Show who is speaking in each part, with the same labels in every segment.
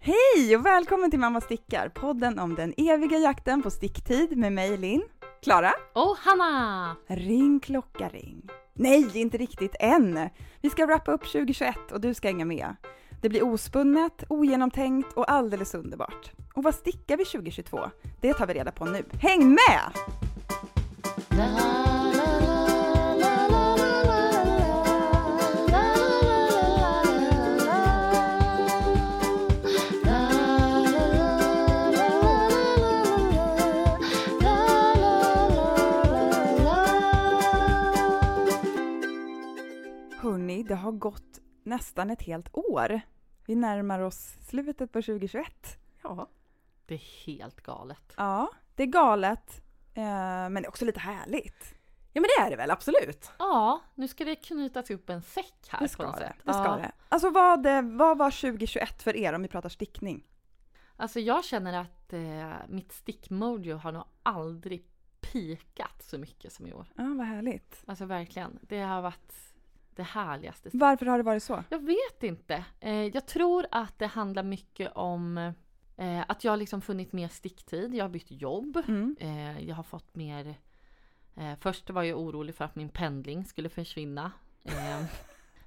Speaker 1: Hej och välkommen till Mamma Stickar, podden om den eviga jakten på sticktid med mig Linn. Klara?
Speaker 2: Och Hanna!
Speaker 1: Ring klocka ring. Nej, inte riktigt än. Vi ska wrappa upp 2021 och du ska hänga med. Det blir ospunnet, ogenomtänkt och alldeles underbart. Och vad stickar vi 2022? Det tar vi reda på nu. Häng med! Hörni, det har gått nästan ett helt år. Vi närmar oss slutet på 2021.
Speaker 2: Ja. Det är helt galet.
Speaker 1: Ja, det är galet, eh, men det är också lite härligt.
Speaker 3: Ja men det är det väl, absolut.
Speaker 2: Ja, nu ska det knytas upp en säck här
Speaker 1: Det
Speaker 2: på
Speaker 1: ska
Speaker 2: något
Speaker 1: det.
Speaker 2: sätt.
Speaker 1: det, ska
Speaker 2: ja.
Speaker 1: det. Alltså vad, eh, vad var 2021 för er om vi pratar stickning?
Speaker 2: Alltså jag känner att eh, mitt stickmojo har nog aldrig pikat så mycket som i år.
Speaker 1: Ja, vad härligt.
Speaker 2: Alltså verkligen. Det har varit det härligaste.
Speaker 1: Varför har det varit så?
Speaker 2: Jag vet inte. Eh, jag tror att det handlar mycket om eh, att jag har liksom funnit mer sticktid. Jag har bytt jobb.
Speaker 1: Mm.
Speaker 2: Eh, jag har fått mer... Eh, först var jag orolig för att min pendling skulle försvinna. Eh,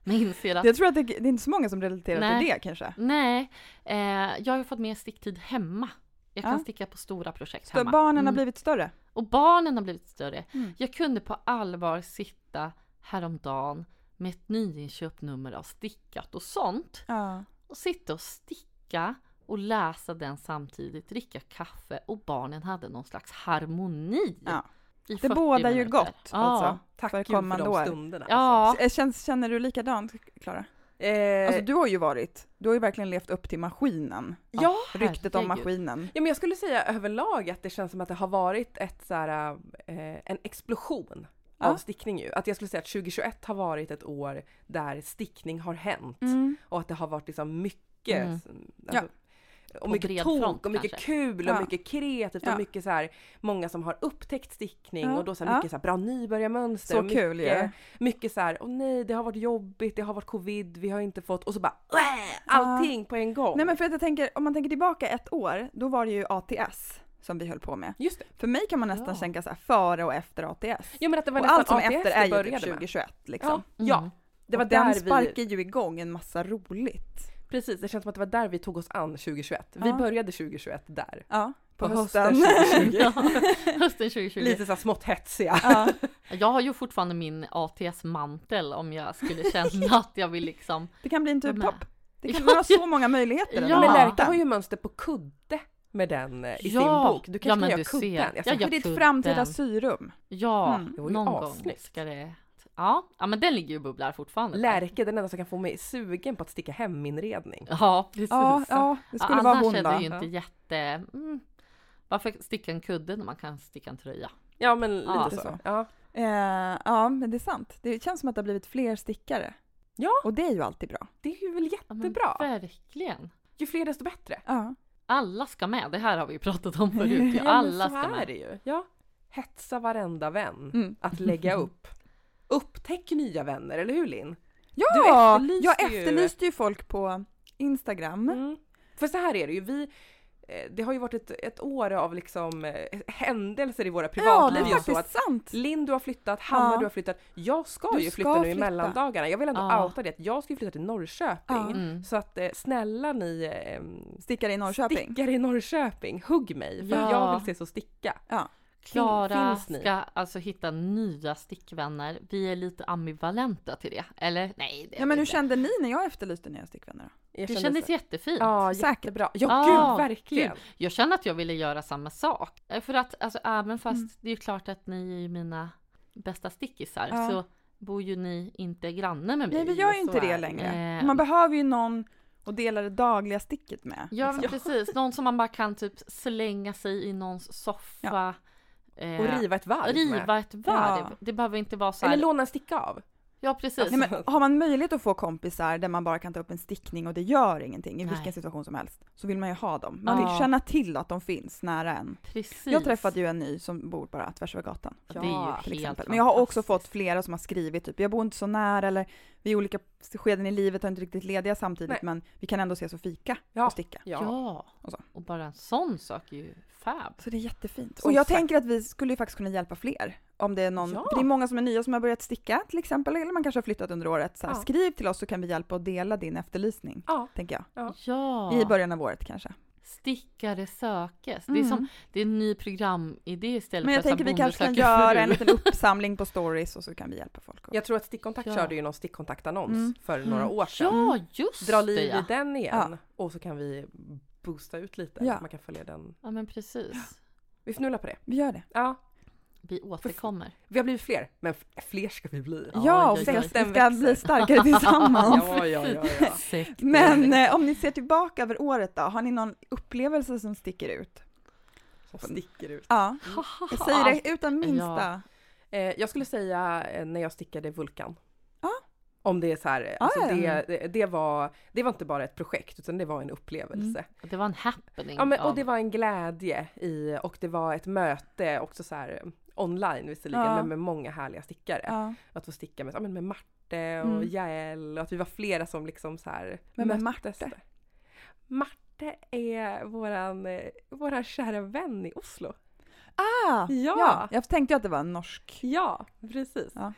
Speaker 2: men inser att...
Speaker 1: Jag tror att det, det är inte så många som relaterar
Speaker 2: Nej.
Speaker 1: till det kanske.
Speaker 2: Nej, eh, jag har ju fått mer sticktid hemma. Jag kan
Speaker 1: Ja.
Speaker 2: sticka på stora projekt
Speaker 1: Så
Speaker 2: hemma.
Speaker 1: barnen har
Speaker 2: Mm.
Speaker 1: blivit större.
Speaker 2: Och barnen har blivit större.
Speaker 1: Mm.
Speaker 2: Jag kunde på allvar sitta häromdagen med ett nyinköpt nummer av Stickat och sånt.
Speaker 1: Ja.
Speaker 2: Och sitta och sticka och läsa den samtidigt, dricka kaffe och barnen hade någon slags harmoni.
Speaker 1: Ja.
Speaker 2: i
Speaker 1: Det
Speaker 2: 40
Speaker 1: bådar ju
Speaker 2: minuter.
Speaker 1: gott,
Speaker 2: Ja.
Speaker 1: alltså.
Speaker 3: Tack
Speaker 1: För
Speaker 3: Gud för
Speaker 1: kommande
Speaker 3: de
Speaker 1: år.
Speaker 3: stunderna. alltså.
Speaker 2: Ja.
Speaker 1: S- Känns, känner du likadant, Klara?
Speaker 3: Eh,
Speaker 1: Alltså du har ju varit, du har ju verkligen levt upp till maskinen.
Speaker 3: ja.
Speaker 1: Ryktet om
Speaker 2: herregud.
Speaker 1: maskinen.
Speaker 3: ja men jag skulle säga överlag att det känns som att det har varit ett så här, eh, en explosion av
Speaker 1: Ja.
Speaker 3: stickning ju. Att jag skulle säga att 2021 har varit ett år där stickning har hänt. Och att det har varit liksom mycket
Speaker 2: Mm.
Speaker 3: s- alltså, Och
Speaker 2: På
Speaker 3: mycket
Speaker 2: bred
Speaker 3: tok
Speaker 2: front
Speaker 3: och mycket
Speaker 2: kanske.
Speaker 3: kul och
Speaker 1: Ja.
Speaker 3: mycket kreativt
Speaker 1: Ja.
Speaker 3: och mycket så här många som har upptäckt stickning
Speaker 1: Ja.
Speaker 3: och då så här
Speaker 1: Ja.
Speaker 3: mycket så här bra nybörjarmönster.
Speaker 1: Så
Speaker 3: och mycket,
Speaker 1: kul ju.
Speaker 3: mycket så här, åh nej det har varit jobbigt, det har varit covid, vi har inte fått och så bara äh, allting på en gång.
Speaker 1: Nej men för att jag tänker, om man tänker tillbaka ett år, då var det ju ATS som vi höll på med.
Speaker 3: Just det.
Speaker 1: För mig kan man nästan
Speaker 2: Ja.
Speaker 1: tänka så här före och efter ATS.
Speaker 3: Ja men att det var
Speaker 1: och
Speaker 3: nästan
Speaker 1: allt som
Speaker 3: ATS
Speaker 1: efter är
Speaker 3: det
Speaker 1: ju
Speaker 3: började
Speaker 1: typ
Speaker 3: med.
Speaker 1: 2021 liksom.
Speaker 3: Ja,
Speaker 2: Mm.
Speaker 3: ja, det var
Speaker 1: och den
Speaker 3: där vi,
Speaker 1: sparkar ju igång en massa roligt.
Speaker 3: precis det känns som att det var där vi tog oss an 2021. Vi
Speaker 1: Ja.
Speaker 3: började 2021 där.
Speaker 1: Ja, på,
Speaker 3: På
Speaker 1: hösten.
Speaker 3: hösten 2020.
Speaker 2: Ja, Mm. hösten 2020.
Speaker 3: Lite så här smått hetsiga.
Speaker 1: ja.
Speaker 2: Jag har ju fortfarande min ATS-mantel om jag skulle känna att jag vill liksom...
Speaker 1: Det kan bli en tub
Speaker 2: Vad med?
Speaker 1: topp. Det kan
Speaker 2: Ja,
Speaker 1: vara så många möjligheter.
Speaker 2: Ja.
Speaker 3: Men
Speaker 1: Men
Speaker 3: Lärka har ju mönster på kudde med den eh, i
Speaker 2: Ja.
Speaker 3: sin bok. Du
Speaker 2: Ja,
Speaker 3: kanske
Speaker 2: men du
Speaker 3: kan göra
Speaker 2: ser.
Speaker 3: kudden? Jag
Speaker 2: Ja,
Speaker 3: ska
Speaker 2: ja.
Speaker 1: för ditt
Speaker 2: Tudden.
Speaker 1: framtida syrum.
Speaker 2: Ja,
Speaker 1: Mm,
Speaker 3: det var ju
Speaker 2: någon gång
Speaker 3: assnyggt.
Speaker 2: ska det... Ja, ja, men den ligger ju och bubblar fortfarande.
Speaker 3: Lärke, den enda som kan få mig sugen på att sticka heminredning.
Speaker 2: Ja, precis.
Speaker 1: Ja, ja, det skulle
Speaker 2: Annars
Speaker 1: vara hon
Speaker 2: är det ju
Speaker 1: då.
Speaker 2: inte jätte... Mm, varför sticka en kudde när man kan sticka en tröja?
Speaker 3: Ja, men lite
Speaker 2: Ja.
Speaker 3: så.
Speaker 1: Så.
Speaker 3: Ja.
Speaker 1: Eh, ja, men det är sant. Det känns som att det har blivit fler stickare.
Speaker 3: Ja.
Speaker 1: Och det är ju alltid bra.
Speaker 3: Det är ju väl
Speaker 2: Ja, men
Speaker 3: jättebra.
Speaker 2: Verkligen.
Speaker 3: Ju fler desto bättre.
Speaker 1: Ja.
Speaker 2: Alla ska med, det här har vi ju pratat om förut. ju.
Speaker 3: Ja, men
Speaker 2: Alla
Speaker 3: så
Speaker 2: ska
Speaker 3: är
Speaker 2: med.
Speaker 3: det ju. Ja. Hetsa varenda vän
Speaker 1: Mm.
Speaker 3: att lägga upp. Upptäck nya vänner, eller hur Linn? Du
Speaker 1: Ja,
Speaker 3: efterlyste
Speaker 1: jag
Speaker 3: ju-
Speaker 1: efterlyste ju folk på Instagram.
Speaker 3: Mm. För så här är det ju, vi eh, det har ju varit ett, ett år av liksom eh, händelser i våra
Speaker 1: Ja, det
Speaker 3: privatliv.
Speaker 1: är
Speaker 2: ju
Speaker 3: så
Speaker 1: faktiskt
Speaker 3: att
Speaker 1: sant.
Speaker 3: Linn du har flyttat, Hanna
Speaker 1: Ja.
Speaker 3: du har flyttat. Jag ska
Speaker 1: Du
Speaker 3: ju
Speaker 1: ska
Speaker 3: flytta nu
Speaker 1: flytta.
Speaker 3: i mellandagarna. Jag vill ändå
Speaker 2: Ja.
Speaker 3: outa det att jag ska ju flytta till Norrköping.
Speaker 1: Ja.
Speaker 2: Mm.
Speaker 3: Så att eh, snälla ni eh,
Speaker 1: Stickare i Norrköping.
Speaker 3: Stickare i Norrköping, hugg mig för
Speaker 2: Ja.
Speaker 3: jag vill ses och sticka.
Speaker 2: Klara
Speaker 3: Finns ni?
Speaker 2: ska alltså hitta nya stickvänner. Vi är lite ambivalenta till det. Eller nej, det är
Speaker 1: Ja, men
Speaker 2: vi
Speaker 1: hur
Speaker 2: inte.
Speaker 1: kände ni när jag efterlyste nya stickvänner? då?
Speaker 3: Jag
Speaker 2: Det
Speaker 3: kände
Speaker 2: kändes
Speaker 3: så-
Speaker 2: jättefint.
Speaker 3: Ja,
Speaker 1: Säkert.
Speaker 3: jättebra. Ja,
Speaker 2: Ja,
Speaker 3: gud verkligen.
Speaker 2: Ah, Gud, jag känner att jag ville göra samma sak. Eh, För att alltså, även fast
Speaker 1: Mm.
Speaker 2: det är ju klart att ni är ju mina bästa stickisar
Speaker 1: Ja.
Speaker 2: så bor ju ni inte granne med mig.
Speaker 1: Nej, vi gör ju
Speaker 2: Så
Speaker 1: inte
Speaker 2: är
Speaker 1: det längre.
Speaker 2: Eh,
Speaker 1: Man behöver ju någon att dela det dagliga sticket med.
Speaker 2: Ja men
Speaker 1: liksom.
Speaker 2: precis, någon som man bara kan typ slänga sig i någons soffa. eh,
Speaker 3: Och riva ett varv. med.
Speaker 2: riva ett varv.
Speaker 1: Ja.
Speaker 2: Det behöver inte vara så här.
Speaker 3: Eller låna en sticka av.
Speaker 2: Ja precis.
Speaker 1: Nej, men har man möjlighet att få kompisar där man bara kan ta upp en stickning och det gör ingenting i
Speaker 2: Nej.
Speaker 1: vilken situation som helst, så vill man ju ha dem. Man vill
Speaker 2: Ja.
Speaker 1: känna till att de finns nära en.
Speaker 2: precis.
Speaker 1: Jag träffade ju en ny som bor bara tvärs över gatan.
Speaker 2: Ja, det är ju helt
Speaker 1: till exempel. Men jag har också
Speaker 2: fantastiskt.
Speaker 1: fått flera som har skrivit typ, jag bor inte så nära eller vi är i olika skeden i livet och är inte riktigt lediga samtidigt
Speaker 3: Nej.
Speaker 1: men vi kan ändå ses och fika
Speaker 3: Ja.
Speaker 1: och sticka.
Speaker 2: Ja.
Speaker 3: Ja.
Speaker 1: Och så.
Speaker 2: Och bara en sån sak är ju fab.
Speaker 1: Så det är jättefint.
Speaker 3: Som
Speaker 1: och jag
Speaker 3: sagt.
Speaker 1: tänker att vi skulle ju faktiskt kunna hjälpa fler. Om det är någon,
Speaker 3: Ja.
Speaker 1: för det är många som är nya som har börjat sticka till exempel, eller man kanske har flyttat under året. Så här,
Speaker 3: Ja.
Speaker 1: Skriv till oss så kan vi hjälpa och dela din efterlysning,
Speaker 3: Ja.
Speaker 1: tänker jag.
Speaker 3: Ja.
Speaker 2: Ja.
Speaker 1: I början av året kanske.
Speaker 2: Stickare sökes. Det, är
Speaker 1: Mm.
Speaker 2: som, det är en ny programidé istället
Speaker 1: Men jag
Speaker 2: för att
Speaker 1: tänker vi
Speaker 2: bonde
Speaker 1: kanske kan
Speaker 2: söker
Speaker 1: göra
Speaker 2: fru.
Speaker 1: en liten uppsamling på stories och så kan vi hjälpa folk. Och...
Speaker 3: Jag tror att Stickkontakt
Speaker 2: Ja.
Speaker 3: körde ju någon stickkontaktannons
Speaker 1: Mm.
Speaker 3: för några år sedan.
Speaker 2: Ja, just
Speaker 3: Dra
Speaker 2: det
Speaker 3: liv
Speaker 2: ja.
Speaker 3: i den igen
Speaker 1: Ja.
Speaker 3: och så kan vi boosta ut lite.
Speaker 1: Ja.
Speaker 3: Man kan följa den.
Speaker 2: Ja men precis.
Speaker 3: Vi fnular på det.
Speaker 1: Vi gör det.
Speaker 3: Ja.
Speaker 2: Vi återkommer.
Speaker 3: Vi har blivit fler, men f- fler ska vi bli.
Speaker 2: Ja,
Speaker 1: Ja,
Speaker 2: ja,
Speaker 1: och
Speaker 2: ja.
Speaker 1: vi
Speaker 3: Festen
Speaker 1: ska
Speaker 3: växer.
Speaker 1: bli starkare tillsammans.
Speaker 3: ja, ja, ja, ja.
Speaker 2: Sekt.
Speaker 1: Men eh, om ni ser tillbaka över året då, har ni någon upplevelse som sticker ut?
Speaker 3: Som sticker ut.
Speaker 1: Ja, jag säger det utan minsta.
Speaker 2: Ja.
Speaker 3: Eh, jag skulle säga eh, när jag stickade Vulkan.
Speaker 1: Ja.
Speaker 3: Om det är så här, alltså
Speaker 1: ja, ja.
Speaker 3: det, det, det, var, det var inte bara ett projekt utan det var en upplevelse.
Speaker 2: Det var en happening.
Speaker 3: Ja, men, och
Speaker 2: av-
Speaker 3: det var en glädje i, och det var ett möte också så här eh, online visserligen,
Speaker 1: Ja.
Speaker 3: men med många härliga stickare.
Speaker 1: Ja.
Speaker 3: Att få sticka med, ja, men med Marte och
Speaker 1: Mm.
Speaker 3: Jael och att vi var flera som liksom så här
Speaker 1: Vem är
Speaker 3: möttes
Speaker 1: Marte?
Speaker 3: där. Marte är våran, eh, våran kära vän i Oslo.
Speaker 1: Ah,
Speaker 3: Ja.
Speaker 1: ja, jag tänkte ju att det var en norsk.
Speaker 3: Ja, precis.
Speaker 1: Ja.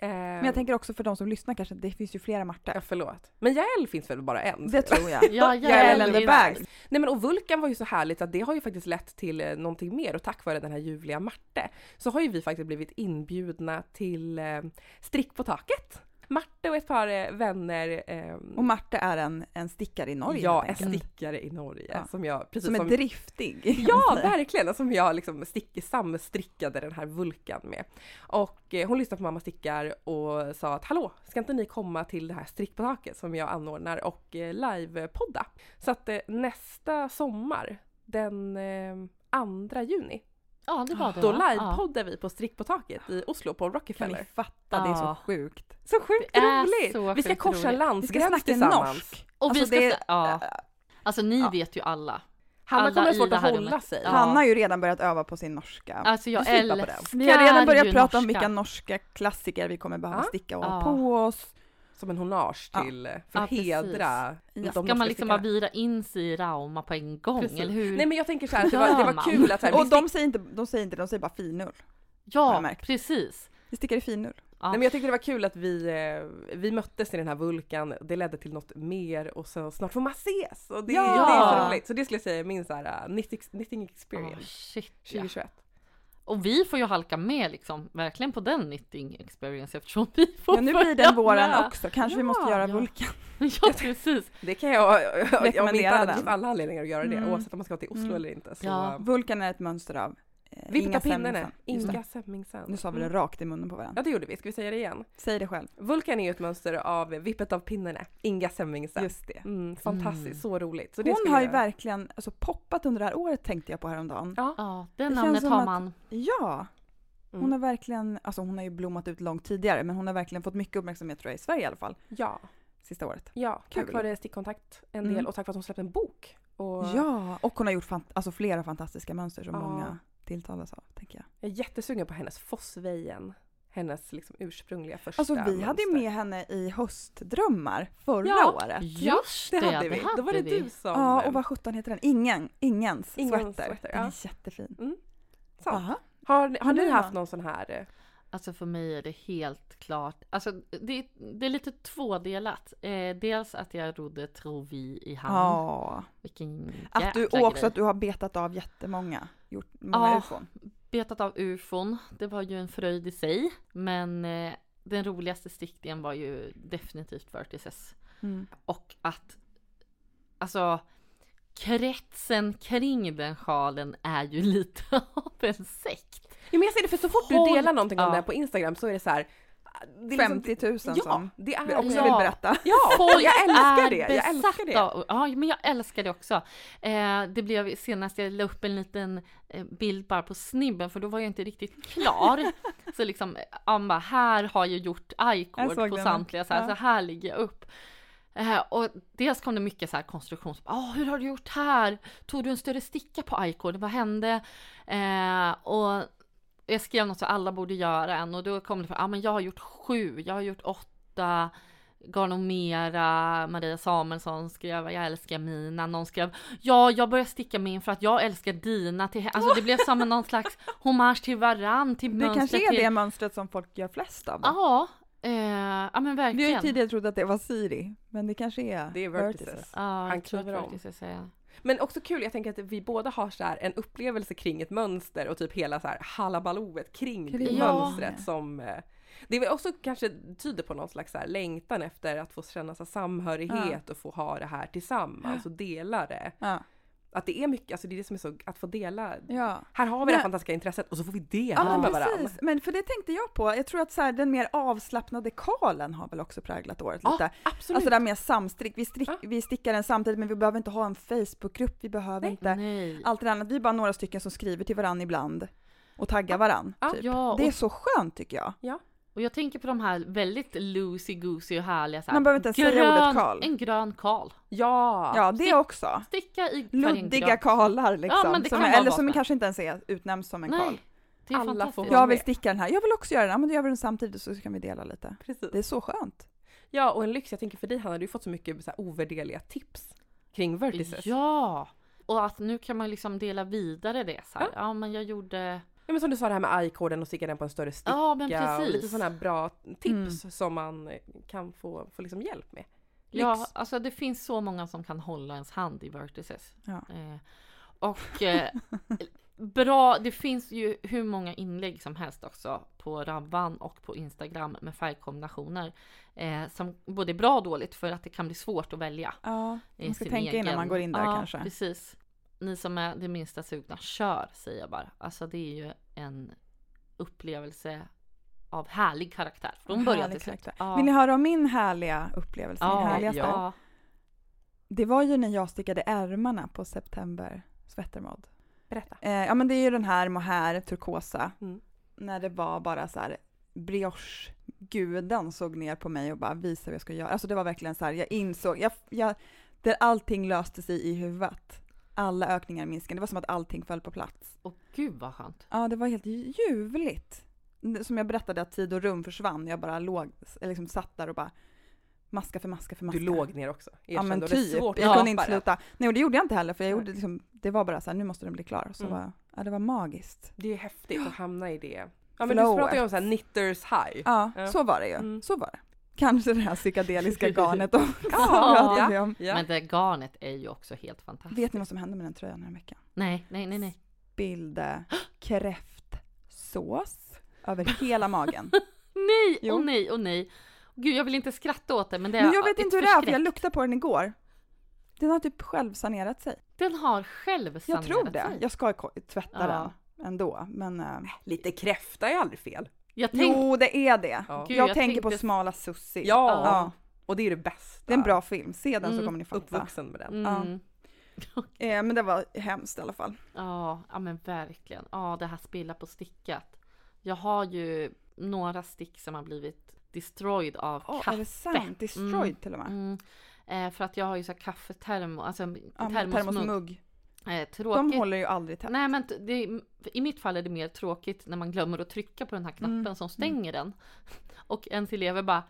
Speaker 3: Eh,
Speaker 1: Men jag tänker också för de som lyssnar kanske, det finns ju flera Marta.
Speaker 3: Ja, förlåt. Men Jael finns väl bara en?
Speaker 1: Det tror jag.
Speaker 2: Ja,
Speaker 1: Jag är Ellen
Speaker 2: det
Speaker 1: the
Speaker 2: är-
Speaker 1: Bags.
Speaker 3: Nej men och Vulkan var ju så härligt att det har ju faktiskt lett till eh, någonting mer och tack vare den här ljuvliga Marte så har ju vi faktiskt blivit inbjudna till eh, Strick på taket. Marte och ett par eh, vänner. Eh,
Speaker 1: Och Marta är en, en stickare i Norge.
Speaker 3: ja,
Speaker 1: helt
Speaker 3: en
Speaker 1: enkelt.
Speaker 3: stickare i Norge
Speaker 1: Ja.
Speaker 3: som jag precis
Speaker 1: som är
Speaker 3: som,
Speaker 1: driftig.
Speaker 3: Ja, verkligen! Som jag liksom stick, samstrickade den här Vulkan med. Och eh, hon lyssnade på Mamma Stickar och sa att hallå, ska inte ni komma till det här Strick på taket som jag anordnar och eh, livepodda? Så att eh, nästa sommar, den eh, 2 juni,
Speaker 2: Ja, det var det.
Speaker 3: då
Speaker 2: va? Ja.
Speaker 3: livepoddar vi på Strick på taket i Oslo på
Speaker 1: Kan ni
Speaker 3: Rockefeller.
Speaker 1: fatta? Det är så
Speaker 2: Ja.
Speaker 1: sjukt.
Speaker 3: Så sjukt
Speaker 2: Det är
Speaker 3: roligt!
Speaker 2: så
Speaker 3: vi ska
Speaker 2: sjukt
Speaker 3: korsa
Speaker 2: roligt.
Speaker 1: Vi ska
Speaker 3: landsgräns
Speaker 1: snacka
Speaker 3: tillsammans.
Speaker 1: norsk.
Speaker 2: Och
Speaker 1: Alltså,
Speaker 2: vi ska...
Speaker 1: det-
Speaker 2: sä- ja. Alltså ni vet ju alla.
Speaker 3: Hanna
Speaker 2: Alla
Speaker 3: kommer ha
Speaker 2: i
Speaker 3: svårt
Speaker 2: det
Speaker 3: att
Speaker 2: här
Speaker 3: hålla
Speaker 2: rummet.
Speaker 3: sig.
Speaker 2: Ja.
Speaker 1: Hanna har ju redan börjat öva på sin norska.
Speaker 2: Alltså jag
Speaker 3: Du slipar på den.
Speaker 2: älskar
Speaker 1: vi har redan börjat
Speaker 2: ju
Speaker 1: prata om
Speaker 2: norska.
Speaker 1: vilka norska klassiker vi kommer behöva
Speaker 3: Ja.
Speaker 1: sticka och ha
Speaker 2: Ja.
Speaker 1: på oss.
Speaker 3: Som en honnage
Speaker 1: Ja.
Speaker 3: till, eh, för att
Speaker 2: Ja, precis.
Speaker 3: hedra
Speaker 1: Ja.
Speaker 2: Ska man liksom bara vira in sig i Rauma på en gång,
Speaker 3: Precis.
Speaker 2: eller hur?
Speaker 3: Nej men jag tänker så här, att det
Speaker 2: Gör
Speaker 3: var, det var
Speaker 2: man?
Speaker 3: kul att så här, vi
Speaker 1: Och
Speaker 3: stick-
Speaker 1: de säger, inte, de säger inte, de säger bara finull. har jag
Speaker 2: ja,
Speaker 1: märkt.
Speaker 2: precis.
Speaker 1: Vi stickar i finull.
Speaker 2: Ja.
Speaker 3: Nej men jag tyckte det var kul att vi, eh, vi möttes i den här vulkan, det ledde till något mer och så snart får man ses! Och det,
Speaker 1: Ja!
Speaker 3: det är så roligt! Så det skulle jag säga är min så här eh, knitting, knitting
Speaker 2: Ah,
Speaker 3: experience
Speaker 2: shit, ja.
Speaker 3: 2021.
Speaker 2: Och vi får ju halka med liksom, verkligen på den knitting experience eftersom vi får
Speaker 1: Men nu blir
Speaker 2: följa
Speaker 1: den våren
Speaker 2: med.
Speaker 1: också. Kanske vi
Speaker 3: Ja,
Speaker 1: måste göra
Speaker 2: ja.
Speaker 1: vulkan.
Speaker 2: Ja precis.
Speaker 3: Det kan jag, om inte
Speaker 1: Rekommendera
Speaker 3: annat, det
Speaker 1: den.
Speaker 3: finns alla anledningar att göra det
Speaker 1: Mm.
Speaker 3: oavsett om man ska till Oslo
Speaker 1: Mm.
Speaker 3: eller inte. Så,
Speaker 2: Ja.
Speaker 3: eh,
Speaker 1: Vulkan är ett mönster av eh,
Speaker 3: Vippa pinnen!
Speaker 1: Semmingsen. Just det.
Speaker 3: Inga Semmingsen.
Speaker 1: Nu sa vi det
Speaker 3: Mm.
Speaker 1: rakt i munnen på varandra.
Speaker 3: Ja det gjorde vi, ska vi säga det igen?
Speaker 1: Säg det själv.
Speaker 3: Vulkan är ju ett mönster av Vippet av pinnarna, Inga Semmingsen.
Speaker 1: Just det.
Speaker 3: Mm, fantastiskt,
Speaker 2: Mm.
Speaker 3: så roligt. Så det
Speaker 1: Hon
Speaker 3: skulle
Speaker 1: har ju
Speaker 3: jag-
Speaker 1: verkligen alltså, poppat under det här året tänkte jag på häromdagen.
Speaker 3: Ja.
Speaker 2: Ja,
Speaker 1: Det
Speaker 2: det
Speaker 1: känns
Speaker 2: namnet
Speaker 1: som
Speaker 2: har
Speaker 1: att-
Speaker 2: man.
Speaker 1: Ja! Hon
Speaker 3: Mm.
Speaker 1: har verkligen, alltså hon har ju blommat ut långt tidigare men hon har verkligen fått mycket uppmärksamhet tror jag i Sverige i alla fall,
Speaker 3: ja.
Speaker 1: sista året.
Speaker 3: Ja, tack
Speaker 1: Kul.
Speaker 3: vare stickkontakt en
Speaker 1: Mm.
Speaker 3: del och tack vare att hon släppte en bok. Och
Speaker 1: Ja, och hon har gjort fant- alltså, flera fantastiska mönster som
Speaker 3: Ja.
Speaker 1: många tilltalas av, tänker jag.
Speaker 3: Jag är jättesugen på hennes Fossvejen. Hennes liksom ursprungliga första
Speaker 1: Alltså vi hade ju
Speaker 3: mönster.
Speaker 1: med henne i Höstdrömmar förra
Speaker 3: Ja.
Speaker 1: året.
Speaker 3: Ja,
Speaker 2: Just
Speaker 3: det, hade vi. Då var det
Speaker 2: vi.
Speaker 3: du som...
Speaker 1: Ja, och vad sjutton heter den? Ingen, ingens,
Speaker 3: Ingens
Speaker 1: sweater.
Speaker 3: sweater,
Speaker 1: Den
Speaker 3: ja.
Speaker 1: är jättefin.
Speaker 3: Mm. Sant.
Speaker 1: Aha.
Speaker 3: Har, ni- har
Speaker 1: Har
Speaker 3: ni
Speaker 1: du
Speaker 3: haft
Speaker 1: någon?
Speaker 3: någon sån här? eh,
Speaker 2: Alltså för mig är det helt klart, alltså det, det är lite tvådelat. Eh, dels att jag rodde Trovi i hamn.
Speaker 1: Ja.
Speaker 2: Vilken jäkla
Speaker 1: Att du, och också
Speaker 2: grej.
Speaker 1: att du har betat av jättemånga, gjort många
Speaker 2: Ja.
Speaker 1: ufon.
Speaker 2: betat av ufon. Det var ju en fröjd i sig. Men eh, den roligaste stickningen var ju definitivt Vertices.
Speaker 1: Mm.
Speaker 2: Och att alltså kretsen kring den sjalen är ju lite av en sekt.
Speaker 3: Jo men jag ser det för så fort du
Speaker 2: Håll-
Speaker 3: delar någonting om
Speaker 2: Ja.
Speaker 3: det här på Instagram så är det så här det är
Speaker 1: 50 000
Speaker 3: liksom,
Speaker 1: som
Speaker 3: Ja, det
Speaker 1: vi
Speaker 3: är
Speaker 1: också
Speaker 3: ja.
Speaker 2: Ja.
Speaker 1: vill berätta.
Speaker 3: ja,
Speaker 2: Folk
Speaker 3: jag älskar
Speaker 2: är
Speaker 3: det. Jag älskar det.
Speaker 2: besatta av- Ja, men jag älskar det också. Eh, det blev senast jag la upp en liten eh, bild bara på snibben för då var jag inte riktigt klar. så liksom, han bara, här har jag gjort
Speaker 1: Jag
Speaker 2: i-cord
Speaker 1: såg
Speaker 2: på
Speaker 1: den.
Speaker 2: samtliga så här,
Speaker 1: Ja.
Speaker 2: så här ligger jag upp. Eh, och dels kom det mycket så här konstruktion, så bara, "Ah, hur har du gjort här? Tog du en större sticka på i-cord? Vad hände? Eh, och jag skrev något som alla borde göra en och då kom det fram, ah, men jag har gjort sju, jag har gjort åtta, Garnomera, Maria Samuelsson skrev jag älskar mina, någon skrev ja jag börjar sticka min för att jag älskar dina till he-" Alltså det blev som en- någon slags hommage till varann, till
Speaker 1: Det
Speaker 2: mönstret.
Speaker 1: kanske är
Speaker 2: till...
Speaker 1: det mönstret som folk gör flest av. då.
Speaker 2: Ja, eh, ja men
Speaker 1: Vi har ju
Speaker 2: verkligen.
Speaker 1: tidigare trott att det var Siri, men det kanske är
Speaker 3: Det är vertices.
Speaker 2: Ja,
Speaker 3: Han
Speaker 2: jag tror att
Speaker 3: kliver om.
Speaker 2: faktiskt jag säger.
Speaker 3: Men också kul, jag tänker att vi båda har så här en upplevelse kring ett mönster och typ hela så här halabaloet kring
Speaker 1: Kring
Speaker 2: Ja.
Speaker 3: mönstret som eh, det är väl också kanske tyder på någon slags så här längtan efter att få känna så här samhörighet och få ha det här tillsammans och dela det.
Speaker 1: Ja.
Speaker 3: Att det är mycket, alltså det är det som är så, att få dela.
Speaker 1: ja.
Speaker 3: Här har vi det här
Speaker 1: Nej.
Speaker 3: fantastiska intresset och så får vi
Speaker 2: Ja,
Speaker 3: dela
Speaker 1: Ja,
Speaker 3: med
Speaker 1: men
Speaker 3: varandra.
Speaker 1: precis. Men för det tänkte jag på. Jag tror att så här, den mer avslappnade Karlen har väl också präglat året
Speaker 3: Ja,
Speaker 1: lite.
Speaker 3: absolut.
Speaker 1: Alltså det där med samstrick. Vi, strick,
Speaker 3: Ja.
Speaker 1: vi stickar den samtidigt men vi behöver inte ha en Facebookgrupp, vi behöver
Speaker 3: Nej.
Speaker 1: inte
Speaker 2: Nej.
Speaker 1: allt det där. Vi är bara några stycken som skriver till varandra ibland och taggar varandra.
Speaker 3: Ja.
Speaker 1: Typ.
Speaker 2: Ja,
Speaker 1: Det är
Speaker 2: och,
Speaker 1: så skönt tycker jag.
Speaker 2: och jag tänker på de här väldigt loosey-goosey och härliga så här,
Speaker 1: Man behöver inte ens säga ordet Karl.
Speaker 2: En grön Karl.
Speaker 3: ja.
Speaker 1: Ja, det också.
Speaker 2: Sticka i färgen
Speaker 1: Luddiga
Speaker 2: grön.
Speaker 1: karlar liksom.
Speaker 2: men det
Speaker 1: som,
Speaker 2: kan vara
Speaker 1: eller
Speaker 2: vad som
Speaker 1: som
Speaker 2: helst.
Speaker 1: kanske inte ens är, utnämns som en karl.
Speaker 2: Nej, det är
Speaker 3: Alla får
Speaker 2: fantastiskt.
Speaker 3: vara
Speaker 1: Jag vill
Speaker 3: med.
Speaker 1: sticka den här, jag vill också göra den här, men då gör vi den samtidigt så kan vi dela lite.
Speaker 3: precis.
Speaker 1: Det är så skönt.
Speaker 3: Ja och en lyx, jag tänker för dig Hanna, du har fått så mycket så här ovärderliga tips kring vertices.
Speaker 2: Ja! Och att nu kan man liksom dela vidare det så här. Ja, men jag gjorde...
Speaker 3: Ja men som du sa det här med i-koden och sticka den på en större sticka.
Speaker 2: Ja, men
Speaker 3: och lite
Speaker 2: precis. Mm.
Speaker 3: sådana här bra tips som man kan få, få liksom hjälp med. Lyx.
Speaker 2: Ja, alltså det finns så många som kan hålla ens hand i Vertices.
Speaker 1: Ja.
Speaker 2: Eh, och eh, bra, det finns ju hur många inlägg som helst också på Rabban och på Instagram med färgkombinationer. Eh, som både är bra och dåligt för att det kan bli svårt att välja.
Speaker 1: Ja,
Speaker 2: i
Speaker 1: man ska
Speaker 2: sin
Speaker 1: tänka
Speaker 2: egen-
Speaker 1: innan man går in där
Speaker 2: ja,
Speaker 1: kanske.
Speaker 2: precis. Ni som är det minsta sugna, kör säger jag bara. Alltså det är ju en upplevelse av härlig karaktär från början
Speaker 1: Härlig
Speaker 2: till slut.
Speaker 1: karaktär.
Speaker 2: Ja.
Speaker 1: Vill ni höra om min härliga upplevelse? min härligaste?
Speaker 2: ja.
Speaker 1: Det var ju när jag stickade ärmarna på September Svettermod.
Speaker 3: Berätta.
Speaker 1: Eh, ja men det är ju den här mohair, turkosa.
Speaker 3: Mm.
Speaker 1: När det var bara så här brioche-guden såg ner på mig och bara visa vad jag ska göra. Alltså det var verkligen så här, jag insåg, jag, jag, där allting löste sig i huvudet. Alla ökningar minskade, det var som att allting föll på plats.
Speaker 2: Och gud vad skönt.
Speaker 1: Ja, det var helt ljuvligt. Som jag berättade att tid och rum försvann. Jag bara låg, eller liksom satt där och bara maska för maska för maska.
Speaker 3: Du låg ner också.
Speaker 1: Ja
Speaker 3: Erkänn,
Speaker 1: men
Speaker 3: då är
Speaker 1: typ.
Speaker 3: det svårt att
Speaker 1: jag kunde inte
Speaker 3: skapa det.
Speaker 1: sluta. Nej och det gjorde jag inte heller för jag
Speaker 3: Nej.
Speaker 1: gjorde liksom, det var bara så här, nu måste den bli klar. Så
Speaker 3: Mm.
Speaker 1: var, ja, det var magiskt.
Speaker 3: Det är ju häftigt att hamna i det. Ja men
Speaker 1: Flowet.
Speaker 3: du pratar ju om så här knitters high.
Speaker 1: Ja,
Speaker 3: Ja.
Speaker 1: så var det ju.
Speaker 3: Mm.
Speaker 1: Så var det. Kanske det här psykedeliska garnet också.
Speaker 2: Ja.
Speaker 1: pratade vi om.
Speaker 3: Ja.
Speaker 2: Men det garnet är ju också helt fantastiskt.
Speaker 1: Vet ni vad som hände med den tröjan den här veckan?
Speaker 2: Nej, nej, nej, nej.
Speaker 1: Bild eh, kräftsås över hela magen.
Speaker 2: Nej,
Speaker 1: Jo.
Speaker 2: och nej, och nej. Gud, jag vill inte skratta åt det, men det är
Speaker 1: Men jag vet
Speaker 2: ett
Speaker 1: inte hur det är för
Speaker 2: förskräck.
Speaker 1: jag luktade på den igår. Den har typ själv sanerat sig.
Speaker 2: Den har själv
Speaker 1: Jag tror
Speaker 2: sanerat
Speaker 1: det.
Speaker 2: sig.
Speaker 1: Jag ska ko- tvätta
Speaker 2: Ja.
Speaker 1: den ändå. Men, eh,
Speaker 3: Lite kräfta är aldrig fel.
Speaker 2: Jag tänk...
Speaker 1: jo, det är det.
Speaker 3: Ja.
Speaker 2: Gud,
Speaker 1: jag,
Speaker 2: jag
Speaker 1: tänker på
Speaker 2: tänkte-
Speaker 1: Smala Sussi.
Speaker 3: Ja.
Speaker 1: Ja,
Speaker 3: Och det är det bästa.
Speaker 1: Det är en bra film. Se den så
Speaker 2: Mm,
Speaker 1: kommer ni fatta.
Speaker 3: Uppvuxen med den.
Speaker 2: Mm.
Speaker 1: Eh, men det var hemskt i alla fall.
Speaker 2: Ja, ja men verkligen. Ja, det här spilla på stickat. Jag har ju några stick som har blivit destroyed av
Speaker 1: Oh, är det
Speaker 2: kaffe.
Speaker 1: sant? Destroyed
Speaker 2: Mm.
Speaker 1: till och med.
Speaker 2: Mm. Eh, för att jag har ju så här kaffetermo, alltså
Speaker 1: Ja, men
Speaker 2: termosmugg.
Speaker 1: termosmugg.
Speaker 2: Eh,
Speaker 1: De
Speaker 2: tråkigt. Mm.
Speaker 1: håller ju aldrig tätt.
Speaker 2: Nej men t- det, är- i mitt fall är det mer tråkigt när man glömmer att trycka på den här knappen
Speaker 1: Mm.
Speaker 2: som stänger den. Och ens elever bara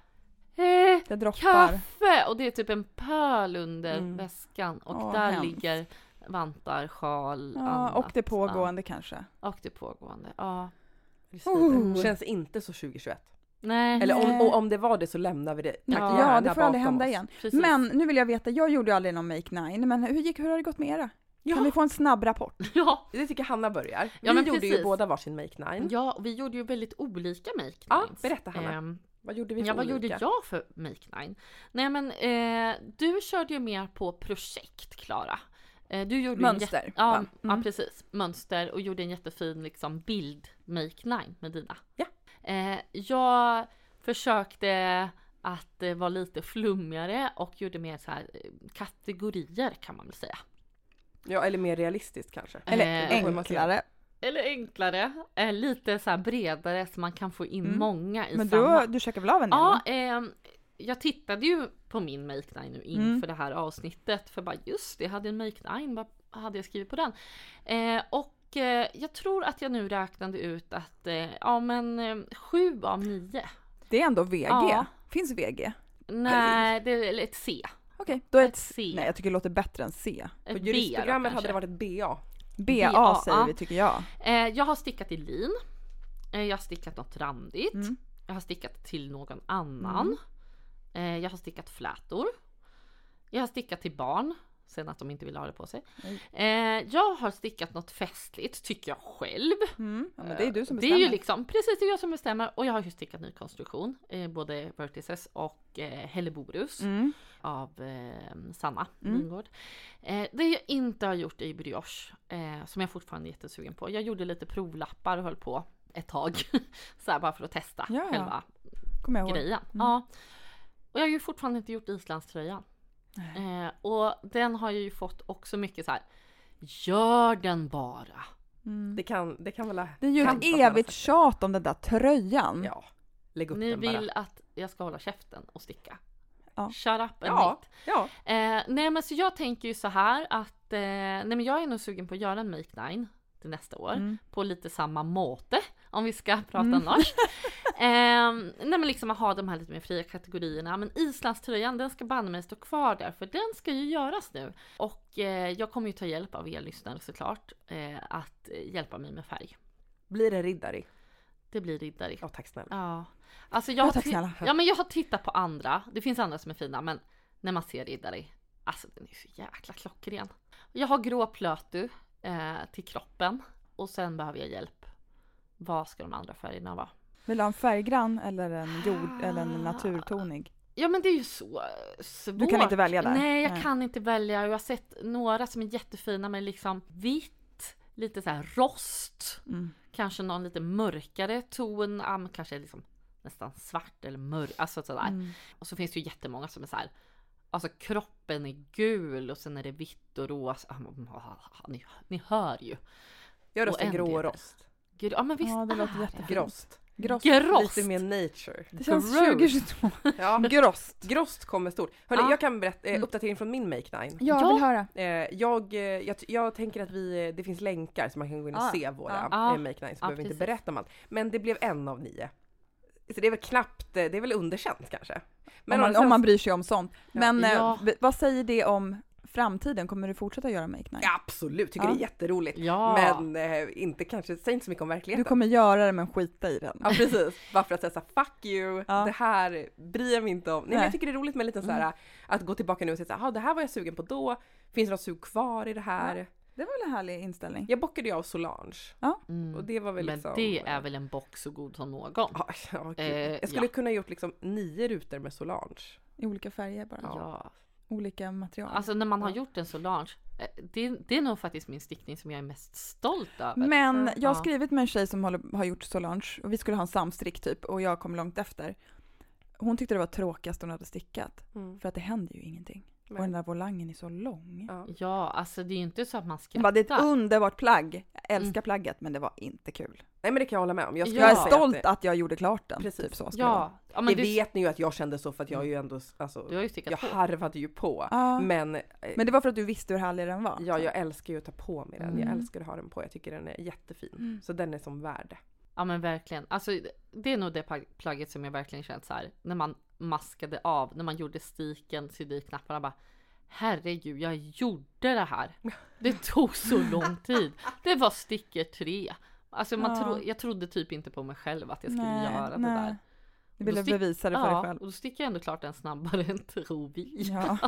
Speaker 2: eh,
Speaker 1: Det droppar.
Speaker 2: Kaffe! Och det är typ en pöl under
Speaker 3: Mm.
Speaker 2: väskan och
Speaker 1: Åh,
Speaker 2: där
Speaker 1: hemskt.
Speaker 2: ligger vantar, sjal,
Speaker 1: Ja,
Speaker 2: annat.
Speaker 1: och det pågående kanske.
Speaker 2: Ja, och det pågående. Ja.
Speaker 1: Oh.
Speaker 3: Känns inte så 2021.
Speaker 2: Nej.
Speaker 3: Eller om,
Speaker 1: Nej.
Speaker 3: och om det var det så lämnar vi det. Tack,
Speaker 2: Ja.
Speaker 1: Ja,
Speaker 3: gärna
Speaker 1: det får aldrig
Speaker 3: bakom
Speaker 1: hända
Speaker 3: oss.
Speaker 1: igen.
Speaker 2: Precis.
Speaker 1: Men nu vill jag veta, jag gjorde ju aldrig någon Make Nine, men hur, gick, hur har det gått med era? Kan vi
Speaker 3: Ja,
Speaker 1: få en snabb rapport?
Speaker 2: Ja,
Speaker 3: det tycker jag Hanna börjar. Vi
Speaker 2: Ja, men
Speaker 3: gjorde ju
Speaker 2: precis.
Speaker 3: båda varsin make nine.
Speaker 2: ja, vi gjorde ju väldigt olika make
Speaker 3: Ja,
Speaker 2: nights.
Speaker 3: berätta, Hanna.
Speaker 2: Ehm,
Speaker 3: Vad gjorde vi
Speaker 2: Ja,
Speaker 3: för
Speaker 2: vad
Speaker 3: olika?
Speaker 2: gjorde jag för Make Nine? Nej men eh, du körde ju mer på projekt Klara. Eh, du gjorde ju en
Speaker 1: Mönster,
Speaker 2: jätte- ja,
Speaker 1: va? Mm.
Speaker 2: ja precis, mönster och gjorde en jättefin liksom bild Make Nine med dina.
Speaker 3: Ja.
Speaker 2: Eh, jag Försökte att eh, vara lite flummigare och gjorde mer så här eh, kategorier kan man väl säga.
Speaker 3: Ja, eller mer realistiskt kanske.
Speaker 1: Eller
Speaker 2: Eh,
Speaker 3: får man se.
Speaker 1: enklare.
Speaker 2: Eller enklare, eh, lite så här bredare så man kan få in
Speaker 1: Mm.
Speaker 2: många i
Speaker 1: Men
Speaker 2: samma.
Speaker 1: du, du checkar väl av en del?
Speaker 2: Ja, ehm, jag tittade ju på min Make Nine nu inför det här avsnittet för bara just det, jag hade en Make Nine, vad hade jag skrivit på den? Eh, och eh, jag tror att jag nu räknade ut att eh, ja men eh, sju av nio.
Speaker 1: Det är ändå VG.
Speaker 2: Ja.
Speaker 1: Finns VG?
Speaker 2: Nej, det är ett C.
Speaker 1: Okej, då är
Speaker 2: Ett
Speaker 1: ett
Speaker 2: C.
Speaker 1: Nej, jag tycker det låter bättre än C.
Speaker 2: Ett
Speaker 3: På
Speaker 2: B då
Speaker 3: juristprogrammet hade
Speaker 2: kanske.
Speaker 3: det varit ett BA.
Speaker 1: BA
Speaker 2: BA,
Speaker 1: säger vi tycker jag.
Speaker 2: Eh, jag har stickat i lin. Eh, jag har stickat något randigt.
Speaker 1: Mm.
Speaker 2: Jag har stickat till någon annan.
Speaker 1: Mm.
Speaker 2: Eh, jag har stickat flätor. Jag har stickat till barn. Sen att de inte vill ha det på sig.
Speaker 1: Nej.
Speaker 2: Eh, jag har stickat något festligt, tycker jag själv.
Speaker 1: Mm. Ja, men det är du som
Speaker 2: Det är
Speaker 1: bestämmer.
Speaker 2: ju liksom precis det är jag som bestämmer. Och jag har ju stickat ny konstruktion. Eh, både Vertices och eh, Helleborus
Speaker 1: mm.
Speaker 2: av eh, Sanna
Speaker 1: Mm.
Speaker 2: Wingårdh. Eh, det jag inte har gjort är brioche, eh, som jag fortfarande är jättesugen på. Jag gjorde lite provlappar och höll på ett tag. så här bara för att testa
Speaker 1: Ja, ja.
Speaker 2: själva
Speaker 1: Kommer jag Mm. ihåg.
Speaker 2: grejen. Ja. Och jag har ju fortfarande inte gjort islandströjan. Eh, och den har jag ju fått också mycket så här. Gör den bara!
Speaker 1: Mm.
Speaker 3: Det kan, det kan väl...
Speaker 1: Det är ju
Speaker 3: kan
Speaker 1: ett
Speaker 3: vara något
Speaker 1: evigt
Speaker 3: sätt.
Speaker 1: tjat om den där tröjan.
Speaker 3: Ja, lägg upp
Speaker 2: Ni
Speaker 3: den bara.
Speaker 2: vill att jag ska hålla käften och sticka.
Speaker 1: Ja.
Speaker 2: Shut up and knit.
Speaker 3: Ja, ja.
Speaker 2: Eh, nej men så jag tänker ju så här att eh, nej men jag är nog sugen på att göra en make nine till nästa år.
Speaker 1: Mm.
Speaker 2: På lite samma måte om vi ska prata
Speaker 3: Mm.
Speaker 2: norskt. Eh, nej men liksom att ha de här lite mer fria kategorierna. Men islandströjan den ska banne mig stå kvar där för den ska ju göras nu. Och eh, jag kommer ju ta hjälp av er lyssnare såklart. Eh, att eh, hjälpa mig med färg.
Speaker 3: Blir det riddare?
Speaker 2: Det blir riddare.
Speaker 3: Ja, tack snälla.
Speaker 2: Ja. Alltså jag,
Speaker 1: Ja,
Speaker 2: har
Speaker 1: tack
Speaker 2: ti-
Speaker 1: snälla.
Speaker 2: ja men jag har tittat på andra, det finns andra som är fina men när man ser riddare, alltså den är så jäkla klockren. Jag har grå plötu eh, till kroppen och sen behöver jag hjälp. Vad ska de andra färgerna vara?
Speaker 1: Vill du ha en färggrann eller en jord eller en naturtonig?
Speaker 2: Ja men det är ju så eh, svårt.
Speaker 1: Du kan inte välja där.
Speaker 2: Nej jag
Speaker 1: Nej.
Speaker 2: kan inte välja jag har sett några som är jättefina men liksom vitt, lite så här rost.
Speaker 1: Mm.
Speaker 2: kanske någon lite mörkare ton, ja, men kanske liksom nästan svart eller mörk, alltså sådär.
Speaker 1: Mm.
Speaker 2: Och så finns det ju jättemånga som är såhär, alltså kroppen är gul och sen är det vitt och rosa. Ah, men, ah, Ni, ni hör ju.
Speaker 3: Jag röstar
Speaker 2: en
Speaker 3: grå
Speaker 2: riddare.
Speaker 3: rost.
Speaker 2: Gud, ja men visst
Speaker 1: Ja, det låter
Speaker 2: är
Speaker 1: jättefint.
Speaker 3: Grost.
Speaker 1: Gross.
Speaker 2: Grost!
Speaker 3: Lite mer nature.
Speaker 1: Det känns
Speaker 2: Gross.
Speaker 1: 2022.
Speaker 3: Ja.
Speaker 1: Gross.
Speaker 3: Grost kommer stort. Hörni,
Speaker 2: Ja. Mm.
Speaker 3: jag kan berätta eh, uppdatering från min Make Nine.
Speaker 1: Jag vill höra.
Speaker 3: Eh, jag, eh, jag, t- jag tänker att vi, eh, det finns länkar så man kan gå in och
Speaker 1: Ah,
Speaker 3: se våra
Speaker 2: ah.
Speaker 3: eh, Make Nine så
Speaker 2: Ja,
Speaker 3: behöver vi inte
Speaker 2: precis.
Speaker 3: berätta om allt. Men det blev en av nio. Så det är väl knappt, eh, det är väl underkänt kanske. alltså
Speaker 1: om, man,
Speaker 3: andra
Speaker 1: om man
Speaker 3: sidan-
Speaker 1: bryr sig om sånt. Men eh,
Speaker 2: Ja.
Speaker 1: v- vad säger det om framtiden? Kommer du fortsätta göra make night?
Speaker 3: Ja, absolut, tycker
Speaker 1: Ja.
Speaker 3: det är jätteroligt.
Speaker 2: Ja.
Speaker 3: Men eh, inte kanske, säg inte så mycket om verkligheten.
Speaker 1: Du kommer göra det men skita i den.
Speaker 3: Ja precis, bara för att säga såhär fuck you,
Speaker 1: Ja.
Speaker 3: det här bryr jag mig inte om. Nej, Men
Speaker 1: Nej.
Speaker 3: jag tycker det är roligt med lite
Speaker 2: Mm.
Speaker 3: såhär att gå tillbaka nu och säga såhär, "Ah, det här var jag sugen på då, finns det något sug kvar i det här?
Speaker 1: Det var väl en härlig inställning?
Speaker 3: Jag bockade ju av Solange och
Speaker 2: Mm.
Speaker 3: det var väl
Speaker 2: Men
Speaker 3: liksom...
Speaker 2: det är väl en box så god som någon.
Speaker 3: Ja, ja, gud.
Speaker 2: Eh,
Speaker 3: jag skulle
Speaker 2: ja.
Speaker 3: kunna gjort liksom nio rutor med Solange.
Speaker 1: I olika färger bara.
Speaker 2: Ja.
Speaker 1: Olika material.
Speaker 2: Alltså när man har gjort en Solange, eh, det, det är nog faktiskt min stickning som jag är mest stolt över.
Speaker 1: men jag har
Speaker 2: uh, Ja.
Speaker 1: skrivit med en tjej som håller, har gjort Solange och vi skulle ha en samstrick typ och jag kom långt efter. Hon tyckte det var tråkigast hon hade stickat
Speaker 2: Mm.
Speaker 1: för att det händer ju ingenting. Och den där volangen är så lång.
Speaker 3: Ja.
Speaker 2: Ja, alltså det är ju inte så att man
Speaker 1: Hon bara, det är ett
Speaker 2: skrattar.
Speaker 1: underbart plagg. Jag
Speaker 2: Mm.
Speaker 1: älskar plagget men det var inte kul.
Speaker 3: Nej men det kan jag hålla med om. Jag, skulle
Speaker 1: Jag
Speaker 3: säga
Speaker 1: är
Speaker 3: att
Speaker 1: stolt
Speaker 3: Det,
Speaker 1: att jag gjorde klart den.
Speaker 3: Precis.
Speaker 1: Typ så skulle jag.
Speaker 2: Ja, ja men
Speaker 3: det
Speaker 2: du, Mm.
Speaker 3: vet ni ju att jag kände så för att jag är ju ändå, alltså,
Speaker 2: du har ju stickat
Speaker 3: jag
Speaker 2: på.
Speaker 3: harvade ju på.
Speaker 1: Ja.
Speaker 3: Men, eh,
Speaker 1: Men det var för att du visste hur härlig den var. typ.
Speaker 3: ja, jag älskar ju att ta på mig den. Jag
Speaker 1: Mm.
Speaker 3: älskar att ha den på. Jag tycker den är jättefin.
Speaker 1: Mm.
Speaker 3: Så den är som värd.
Speaker 2: Ja men verkligen. Alltså det är nog det pla- plagget som jag verkligen känt så här när man maskade av, när man gjorde stiken, sydde i knapparna bara Herregud, jag gjorde det här! Det tog så lång tid. Det var sticker tre. Alltså man
Speaker 1: Ja.
Speaker 2: tro, jag trodde typ inte på mig själv att jag skulle
Speaker 1: Nej,
Speaker 2: göra det
Speaker 1: nej.
Speaker 2: där.
Speaker 1: Du ville
Speaker 2: Då stick-
Speaker 1: bevisa det för dig
Speaker 2: Ja, och
Speaker 1: själv.
Speaker 2: då sticker jag ändå klart den snabbare än tror vi.
Speaker 1: Ja.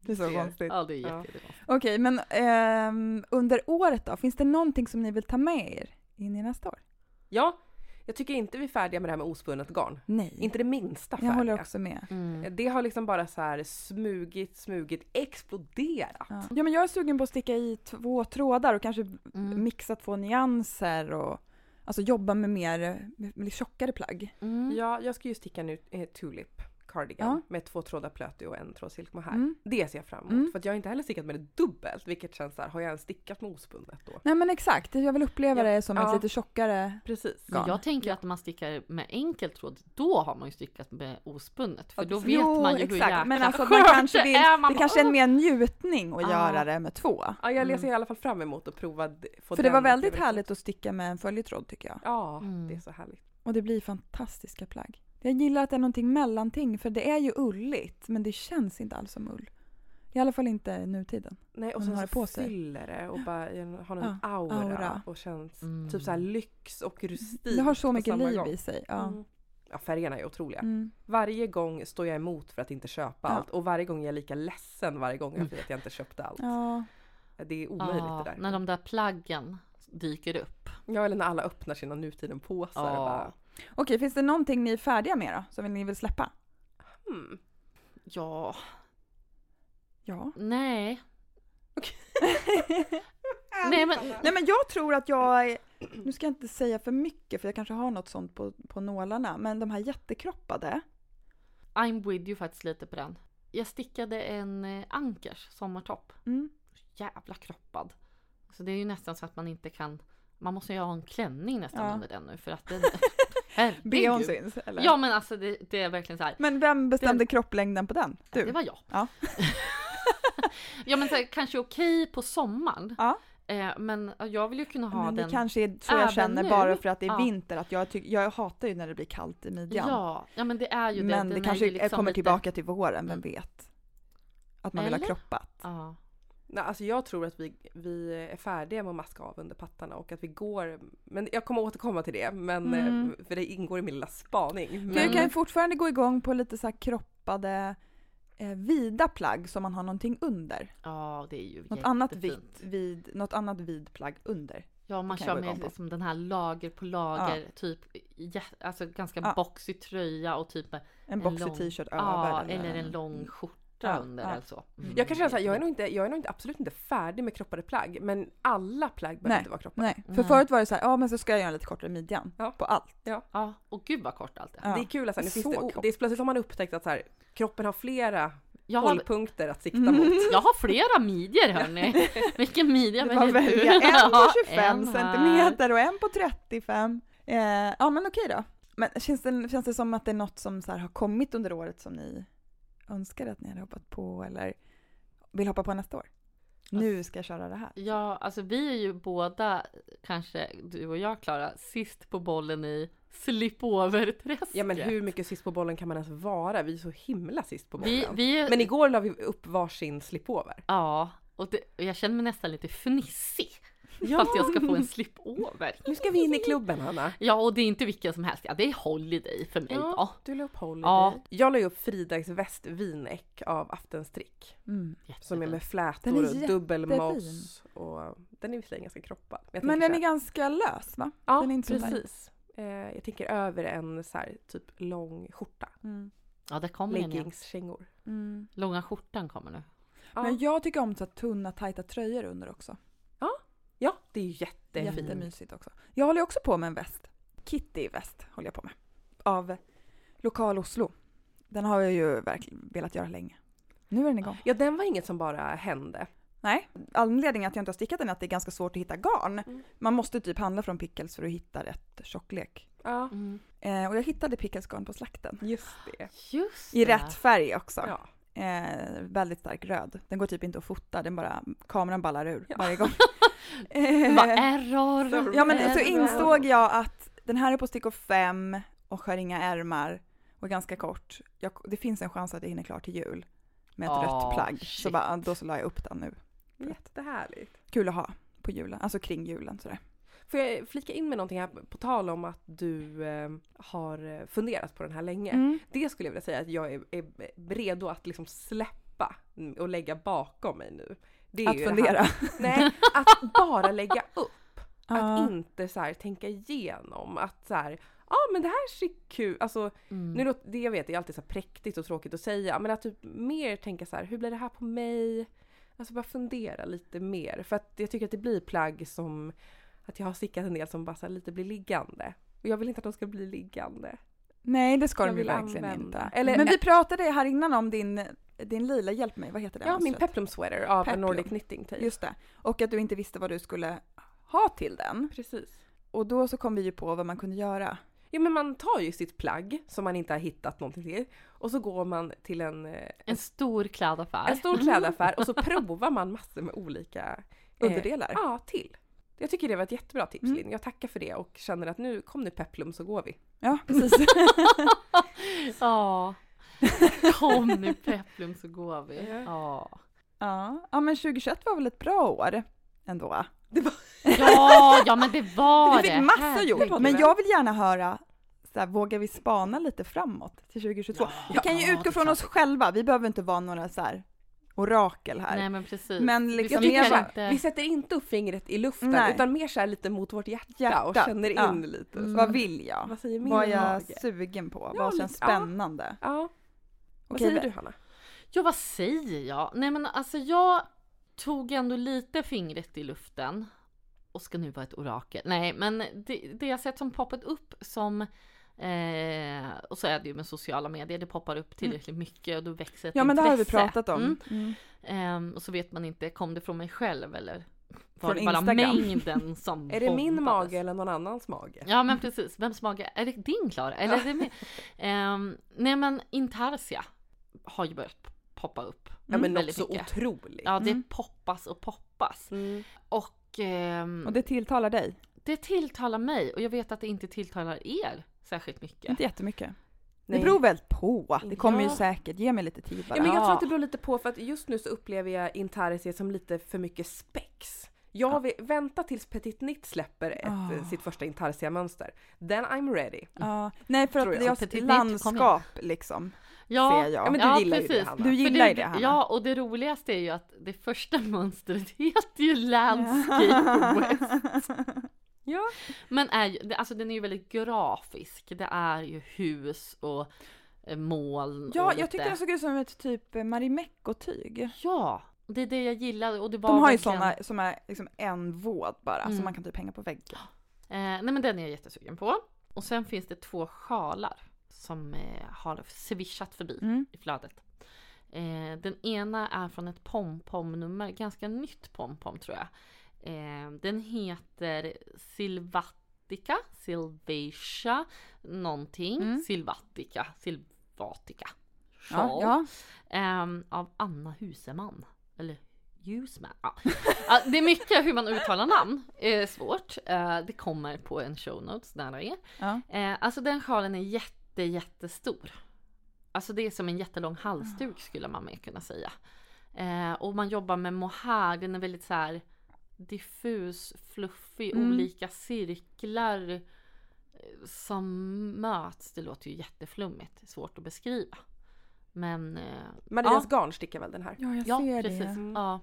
Speaker 1: Det är så konstigt.
Speaker 2: Ja, det är
Speaker 3: Ja.
Speaker 2: jättekonstigt.
Speaker 1: Okej, men ehm, under året då? Finns det någonting som ni vill ta med er in i nästa år?
Speaker 3: Ja, jag tycker inte vi är färdiga med det här med ospunnet garn.
Speaker 1: Nej,
Speaker 3: Inte det minsta
Speaker 1: jag håller
Speaker 3: färdiga.
Speaker 1: också med.
Speaker 2: Mm.
Speaker 3: Det har liksom bara så här smugit, smugit, exploderat.
Speaker 1: Ja. ja, men jag är sugen på att sticka i två trådar och kanske
Speaker 2: Mm.
Speaker 1: mixa två nyanser och Alltså jobba med mer med, med tjockare plagg.
Speaker 2: Mm.
Speaker 3: Ja, jag ska ju sticka nu eh, Tulip cardigan
Speaker 1: Ja.
Speaker 3: med två trådar plöty och en tråd silkmohair.
Speaker 1: Mm.
Speaker 3: Det ser jag fram emot
Speaker 1: Mm.
Speaker 3: för att jag har inte heller stickat med det dubbelt vilket känns såhär, har jag ens stickat med ospunnet då?
Speaker 1: Nej men exakt, jag vill uppleva det som
Speaker 3: Ja.
Speaker 1: ett lite tjockare
Speaker 3: Precis.
Speaker 1: Ja.
Speaker 2: Men jag tänker att när man stickar med enkel tråd, då har man ju stickat med ospunnet. För
Speaker 3: Ja,
Speaker 2: då vet
Speaker 3: precis.
Speaker 2: man ju hur
Speaker 1: exakt.
Speaker 2: jäkla
Speaker 1: Men alltså, man
Speaker 2: skönt
Speaker 1: kanske vill,
Speaker 2: är. Man
Speaker 1: det
Speaker 2: bara,
Speaker 1: kanske är en
Speaker 2: "Åh!"
Speaker 1: mer njutning att
Speaker 2: Ah.
Speaker 1: göra det med två.
Speaker 3: Ja, jag läser i alla fall fram emot att prova. d- Få
Speaker 1: Mm. För det
Speaker 3: den
Speaker 1: var väldigt
Speaker 3: upplevelsen.
Speaker 1: härligt att sticka med en följetråd tycker jag.
Speaker 3: Ja,
Speaker 2: Mm.
Speaker 3: det är så härligt.
Speaker 1: Och det blir fantastiska plagg. Jag gillar att det är någonting mellanting för det är ju ulligt men det känns inte alls som ull. I alla fall inte i nutiden.
Speaker 3: Nej, och
Speaker 1: Man
Speaker 3: sen
Speaker 1: har
Speaker 3: så
Speaker 1: det på sig.
Speaker 3: fyller det och bara jag har en
Speaker 1: Ja,
Speaker 3: aura,
Speaker 1: aura.
Speaker 3: och känns
Speaker 2: Mm.
Speaker 3: typ så här lyx och rustik.
Speaker 1: Det har så
Speaker 3: på
Speaker 1: mycket
Speaker 3: samma
Speaker 1: liv
Speaker 3: gång.
Speaker 1: i sig. Ja.
Speaker 3: Mm. Ja, färgerna är otroliga.
Speaker 1: Mm.
Speaker 3: Varje gång står jag emot för att inte
Speaker 1: Ja.
Speaker 3: köpa allt och varje gång är jag lika ledsen varje gång jag för att jag inte köpte allt.
Speaker 1: Ja.
Speaker 3: Det är omöjligt
Speaker 2: Mm. Ja,
Speaker 3: det där.
Speaker 2: När de där plaggen dyker upp.
Speaker 3: Ja, eller när alla öppnar sina nutiden-påsar och
Speaker 2: Ja.
Speaker 3: bara
Speaker 1: Okej, finns det någonting ni är färdiga med då som ni vill släppa?
Speaker 3: hmm.
Speaker 2: Ja,
Speaker 1: Ja.
Speaker 2: nej. nej men,
Speaker 1: Nej men jag tror att jag, nu ska jag inte säga för mycket för jag kanske har något sånt på, på nålarna, men de här jättekroppade.
Speaker 2: I'm with you faktiskt lite på den. Jag stickade en eh, ankers sommartopp.
Speaker 1: Mm.
Speaker 2: Jävla kroppad. Så det är ju nästan så att man inte kan, man måste ju ha en klänning nästan
Speaker 1: Ja.
Speaker 2: under den nu för att den...
Speaker 1: Behån
Speaker 2: Herregud.
Speaker 1: syns eller?
Speaker 2: Ja men alltså det, det är verkligen så här.
Speaker 1: Men vem bestämde kropplängden på den? Du?
Speaker 2: Det var jag.
Speaker 1: Ja.
Speaker 2: ja men så här, kanske okej på sommaren.
Speaker 1: Ja.
Speaker 2: Eh, men jag vill ju kunna ha
Speaker 1: men det
Speaker 2: den.
Speaker 1: kanske är så jag
Speaker 2: även
Speaker 1: känner
Speaker 2: nu.
Speaker 1: bara för att det är
Speaker 2: Ja.
Speaker 1: vinter, att jag, tyck, jag hatar ju när det blir kallt i midjan.
Speaker 2: ja, ja men det är ju det.
Speaker 1: men
Speaker 2: Den
Speaker 1: det
Speaker 2: är
Speaker 1: kanske
Speaker 2: ju liksom
Speaker 1: kommer
Speaker 2: lite-
Speaker 1: tillbaka till våren, vem
Speaker 2: Mm.
Speaker 1: vet? Att man vill
Speaker 2: Eller?
Speaker 1: ha kroppat.
Speaker 2: Ja.
Speaker 3: Nej, alltså jag tror att vi, vi är färdiga med att maska av under pattarna och att vi går, men jag kommer återkomma till det, men, eh,
Speaker 1: Mm.
Speaker 3: för det ingår i min lilla spaning.
Speaker 1: För
Speaker 3: Men,
Speaker 1: jag kan ju fortfarande gå igång på lite så här kroppade eh, vida plagg som man har någonting under.
Speaker 2: ja, det är ju
Speaker 1: Något annat,
Speaker 2: jättefint.
Speaker 1: vitt, vid, något annat vid plagg under.
Speaker 2: Ja, man
Speaker 1: kan jag
Speaker 2: kör
Speaker 1: gå igång
Speaker 2: med
Speaker 1: på.
Speaker 2: liksom den här lager på lager, typ ja, alltså ganska
Speaker 1: Ja.
Speaker 2: boxig tröja och typ med-
Speaker 1: En boxig
Speaker 2: lång-
Speaker 1: t-shirt
Speaker 2: ja,
Speaker 1: över.
Speaker 2: eller en lång skjorta
Speaker 1: Ja,
Speaker 2: under
Speaker 1: ja.
Speaker 2: eller så. Mm.
Speaker 3: jag kan känna såhär, jag är nog, inte, jag är nog inte, absolut inte färdig med kroppade plagg, men alla plagg behöver
Speaker 1: Nej.
Speaker 3: inte vara kroppade.
Speaker 1: Nej, för
Speaker 2: Nej.
Speaker 1: förut var det så här, ja men så ska jag göra lite kortare midjan
Speaker 3: Ja.
Speaker 1: på allt.
Speaker 2: Ja, och gud vad kort allt är.
Speaker 1: Ja.
Speaker 3: Det är kul att så här, nu
Speaker 1: Så
Speaker 3: finns det, o-
Speaker 1: kort.
Speaker 3: det är plötsligt har man upptäckt att så här, kroppen har flera
Speaker 2: Jag har,
Speaker 3: hållpunkter att sikta
Speaker 1: Mm.
Speaker 3: mot.
Speaker 2: jag har flera midjor hörni. Vilken midja
Speaker 1: Du får
Speaker 2: väljer du?
Speaker 1: välja en på
Speaker 2: Ja,
Speaker 1: 25
Speaker 2: en här.
Speaker 1: centimeter och en på 35. Eh, ja men okej då. Men känns det, känns det som att det är något som så här har kommit under året som ni önskar att ni hade hoppat på eller vill hoppa på nästa år?
Speaker 2: Alltså-
Speaker 1: Nu ska jag köra det här.
Speaker 2: Ja, alltså vi är ju båda, kanske du och jag Klara, sist på bollen i slip-over-träsket.
Speaker 3: Ja men hur mycket sist på bollen kan man ens vara? Vi är så himla sist på bollen.
Speaker 2: vi, vi är,
Speaker 3: Men igår la vi upp varsin slipover.
Speaker 2: Ja, och, det, och jag känner mig nästan lite fnissig. För att jag ska få en slip-over.
Speaker 3: Nu ska vi in i klubben Hanna.
Speaker 2: Ja, och det är inte vilken som helst. Ja, det är Holiday för mig
Speaker 3: Ja.
Speaker 2: då.
Speaker 3: Du la upp Holiday.
Speaker 2: Ja.
Speaker 3: Jag la ju upp Fridags väst vineck av Aftenstrick.
Speaker 1: Mm.
Speaker 3: Som är med
Speaker 1: Den
Speaker 3: flätor
Speaker 1: är
Speaker 3: och
Speaker 1: jättefin.
Speaker 3: dubbelmoss. Och den är visserligen ganska kroppad. jag
Speaker 1: Men
Speaker 3: tänker
Speaker 1: den är
Speaker 3: så här-
Speaker 1: ganska lös va?
Speaker 3: ja,
Speaker 1: den är inte så tajt.
Speaker 3: precis. Eh, jag tänker över en så här typ lång skjorta.
Speaker 1: Mm.
Speaker 2: Ja, där kommer den igen.
Speaker 3: Leggingskängor.
Speaker 1: Mm.
Speaker 2: Långa skjortan kommer nu.
Speaker 3: Ja.
Speaker 1: Men jag tycker om så här tunna tajta tröjor under också.
Speaker 3: ja, det är ju jättefint.
Speaker 2: Jättefint.
Speaker 1: Jättemysigt också. Jag håller också på med en väst. Kitty-väst håller jag på med. Av Lokal Oslo. Den har jag ju verkligen velat göra länge. Nu är den igång.
Speaker 3: Ja, den var inget som bara hände.
Speaker 1: Nej, anledningen att jag inte har stickat den är att det är ganska svårt att hitta garn.
Speaker 3: Mm.
Speaker 1: Man måste typ handla från Pickles för att hitta rätt tjocklek.
Speaker 3: Ja,
Speaker 2: Mm.
Speaker 1: Eh, och jag hittade Pickles garn på slakten.
Speaker 3: just det.
Speaker 2: Just
Speaker 1: I
Speaker 2: det.
Speaker 1: rätt färg också.
Speaker 3: Ja.
Speaker 1: Eh, väldigt stark röd. Den går typ inte att fota, den bara, kameran ballar ur
Speaker 3: Ja.
Speaker 1: varje gång.
Speaker 2: Vad
Speaker 1: Eh,
Speaker 2: error!
Speaker 1: Ja
Speaker 3: alltså
Speaker 1: men så
Speaker 2: error.
Speaker 1: insåg jag att den här är på stickor 5 och har inga ärmar och är ganska kort. Jag, det finns en chans att jag hinner klart till jul med ett
Speaker 2: Ah,
Speaker 1: rött plagg. Så
Speaker 2: shit.
Speaker 1: bara, då så la jag upp den nu.
Speaker 3: Jättehärligt.
Speaker 1: Kul att ha på julen, alltså kring julen sådär.
Speaker 3: Får jag flika in med någonting här på tal om att du eh, har funderat på den här länge.
Speaker 1: Mm.
Speaker 3: Det skulle jag vilja säga att jag är, är redo att liksom släppa och lägga bakom mig nu. Det är
Speaker 1: Att
Speaker 3: ju det här-
Speaker 1: fundera.
Speaker 3: Nej, att bara lägga upp.
Speaker 1: Ja.
Speaker 3: Att inte så här tänka igenom. Att så här, ja ah, men det här ser kul Alltså
Speaker 2: Mm.
Speaker 3: nu låter, det jag vet är alltid så här präktigt och tråkigt att säga. Men att typ mer tänka så här, hur blir det här på mig? Alltså bara fundera lite mer. För att jag tycker att det blir plagg som Att jag har stickat en del som bara så här lite blir liggande. Och jag vill inte att de ska bli liggande.
Speaker 1: Nej, det ska
Speaker 3: Jag
Speaker 1: de ju
Speaker 3: vill
Speaker 1: verkligen
Speaker 3: använda.
Speaker 1: inte.
Speaker 3: Eller-
Speaker 1: Men vi pratade här innan om din, din lila, hjälp mig, vad heter det?
Speaker 3: Ja, min
Speaker 1: mönstret?
Speaker 3: peplum sweater av
Speaker 1: Peplum.
Speaker 3: Nordic Knitting typ. Tape.
Speaker 1: Just det. Och att du inte visste vad du skulle ha till den.
Speaker 3: Precis.
Speaker 1: Och då så kom vi ju på vad man kunde göra.
Speaker 3: Ja men man tar ju sitt plagg som man inte har hittat någonting till och så går man till en, eh,
Speaker 2: En stor klädaffär.
Speaker 3: en stor klädaffär och så provar man massor med olika eh,
Speaker 1: Underdelar.
Speaker 3: Ja, till. Jag tycker det var ett jättebra tips
Speaker 1: Mm.
Speaker 3: Linn. Jag tackar för det och känner att nu kom nu Peplum så går vi.
Speaker 1: Ja, precis.
Speaker 2: Ja. Kom nu Peplum så går vi.
Speaker 3: Ja.
Speaker 2: Ja.
Speaker 1: ja. ja, men 2021 var väl ett bra år ändå?
Speaker 2: Ja, ja men det var
Speaker 1: Vi
Speaker 2: det.
Speaker 1: fick massa
Speaker 2: Herregud.
Speaker 1: gjort, men jag vill gärna höra så här, vågar vi spana lite framåt till 2022? Vi kan ju
Speaker 2: Ja, det
Speaker 1: utgå
Speaker 2: är
Speaker 1: från
Speaker 2: klart.
Speaker 1: oss själva, vi behöver inte vara några så här orakel här.
Speaker 2: Nej men precis.
Speaker 1: men liksom
Speaker 3: Vi,
Speaker 1: mer
Speaker 2: tycker
Speaker 1: bara,
Speaker 2: att- inte-
Speaker 3: vi sätter inte upp fingret i luften
Speaker 1: Nej.
Speaker 3: utan mer så här lite mot vårt hjärta, och
Speaker 1: Hjärtat,
Speaker 3: känner in
Speaker 1: ja.
Speaker 3: lite.
Speaker 2: Mm.
Speaker 1: vad vill jag?
Speaker 3: Vad säger min
Speaker 1: Vad är jag
Speaker 3: mage?
Speaker 1: sugen på?
Speaker 3: Ja,
Speaker 1: Vad känns
Speaker 3: lite- ja.
Speaker 1: spännande?
Speaker 3: Ja. Vad
Speaker 1: Okej,
Speaker 3: säger
Speaker 1: vi-
Speaker 3: du Hanna?
Speaker 2: Ja vad säger jag? Nej men alltså jag tog ändå lite fingret i luften. Och ska nu vara ett orakel. Nej men det, det jag sett som poppat upp som Eh, och så är det ju med sociala medier, det poppar upp tillräckligt mycket och då växer ett
Speaker 1: Mm. Ja men det här har vi
Speaker 2: intresse.
Speaker 1: pratat om.
Speaker 2: Mm.
Speaker 1: Mm.
Speaker 2: Ehm, och så vet man inte, kom det från mig själv eller var
Speaker 1: Från
Speaker 2: det bara
Speaker 1: Instagram.
Speaker 2: mängden som
Speaker 3: Är det min
Speaker 2: bombades?
Speaker 3: mage eller någon annans mage?
Speaker 1: Mm,
Speaker 2: Ja men precis, vems mage? Är det din Klara? Eller är det min? Ehm, nej men Intarsia har ju börjat poppa upp.
Speaker 3: Ja men något
Speaker 2: väldigt
Speaker 3: så
Speaker 2: mycket.
Speaker 3: otroligt.
Speaker 2: Ja det
Speaker 1: Mm.
Speaker 2: poppas och poppas.
Speaker 3: Mm.
Speaker 2: Och, ehm,
Speaker 1: Och
Speaker 2: det...
Speaker 1: det tilltalar dig?
Speaker 2: tilltalar mig och jag vet att det inte tilltalar er särskilt mycket.
Speaker 1: Inte jättemycket.
Speaker 3: Nej.
Speaker 1: Det beror väl på. Det kommer ju
Speaker 3: Ja.
Speaker 1: säkert. Ge mig lite tid bara. "Ah."
Speaker 3: Ja, men jag
Speaker 2: Ja.
Speaker 3: tror att det beror lite på för att just nu så upplever jag Intarsia som lite för mycket spex. Jag vill vänta tills Petit Nitt släpper ett,
Speaker 1: Ah.
Speaker 3: eh, sitt första Intarsia-mönster. Then I'm ready.
Speaker 1: Ja. Nej, för
Speaker 3: Tror
Speaker 1: att
Speaker 3: jag.
Speaker 1: jag
Speaker 2: Inte till ditt, kom
Speaker 1: landskap liksom.
Speaker 2: Ja,
Speaker 1: ser jag.
Speaker 3: Ja, men du gillar ju det, Hanna.
Speaker 1: Du
Speaker 2: För
Speaker 1: gillar ju det, Hanna.
Speaker 2: Ja, och det roligaste är ju att det första mönstret heter ju Landscape West.
Speaker 3: Ja,
Speaker 2: Men är ju, det- alltså den är ju väldigt grafisk. Det är ju hus och eh, moln och
Speaker 1: Ja,
Speaker 2: lite-
Speaker 1: jag tyckte den såg ut som ett typ Marimekko-tyg.
Speaker 2: Ja, det är det jag gillar och det var
Speaker 1: De har ju
Speaker 2: verkligen-
Speaker 1: sådana som är liksom en våd bara,
Speaker 2: Mm.
Speaker 1: som man kan typ hänga på väggen.
Speaker 2: Eh, nej men den är jag jättesugen på. Och sen finns det två sjalar som eh, har swishat förbi
Speaker 1: Mm.
Speaker 2: i flödet. Eh, den ena är från ett pompom-nummer, ganska nytt pompom tror jag. Eh, den heter Silvatica, Silvatia, någonting.
Speaker 1: Mm.
Speaker 2: Silvatica, Silvatica.
Speaker 1: Ja,
Speaker 2: Sjal.
Speaker 1: ja.
Speaker 2: Ehm, av Anna Huseman. Eller Huseman. Ja. Ja, det är mycket hur man uttalar namn. Eh, svårt. Eh, det kommer på en show notes nära er.
Speaker 1: ja.
Speaker 2: Eh, alltså den sjalen är jätte, jättestor. Alltså det är som en jättelång
Speaker 1: Ah.
Speaker 2: halsduk skulle man mer kunna säga. Eh, och man jobbar med mohair, den är väldigt så här diffus, fluffig,
Speaker 1: Mm.
Speaker 2: olika cirklar eh, som möts. Det låter ju jätteflummigt, svårt att beskriva. Men eh,
Speaker 3: Marias
Speaker 2: Ja.
Speaker 3: garn stickar väl den här?
Speaker 1: jag
Speaker 2: ja,
Speaker 1: ser
Speaker 2: precis.
Speaker 1: det.
Speaker 3: Mm.
Speaker 2: Ja.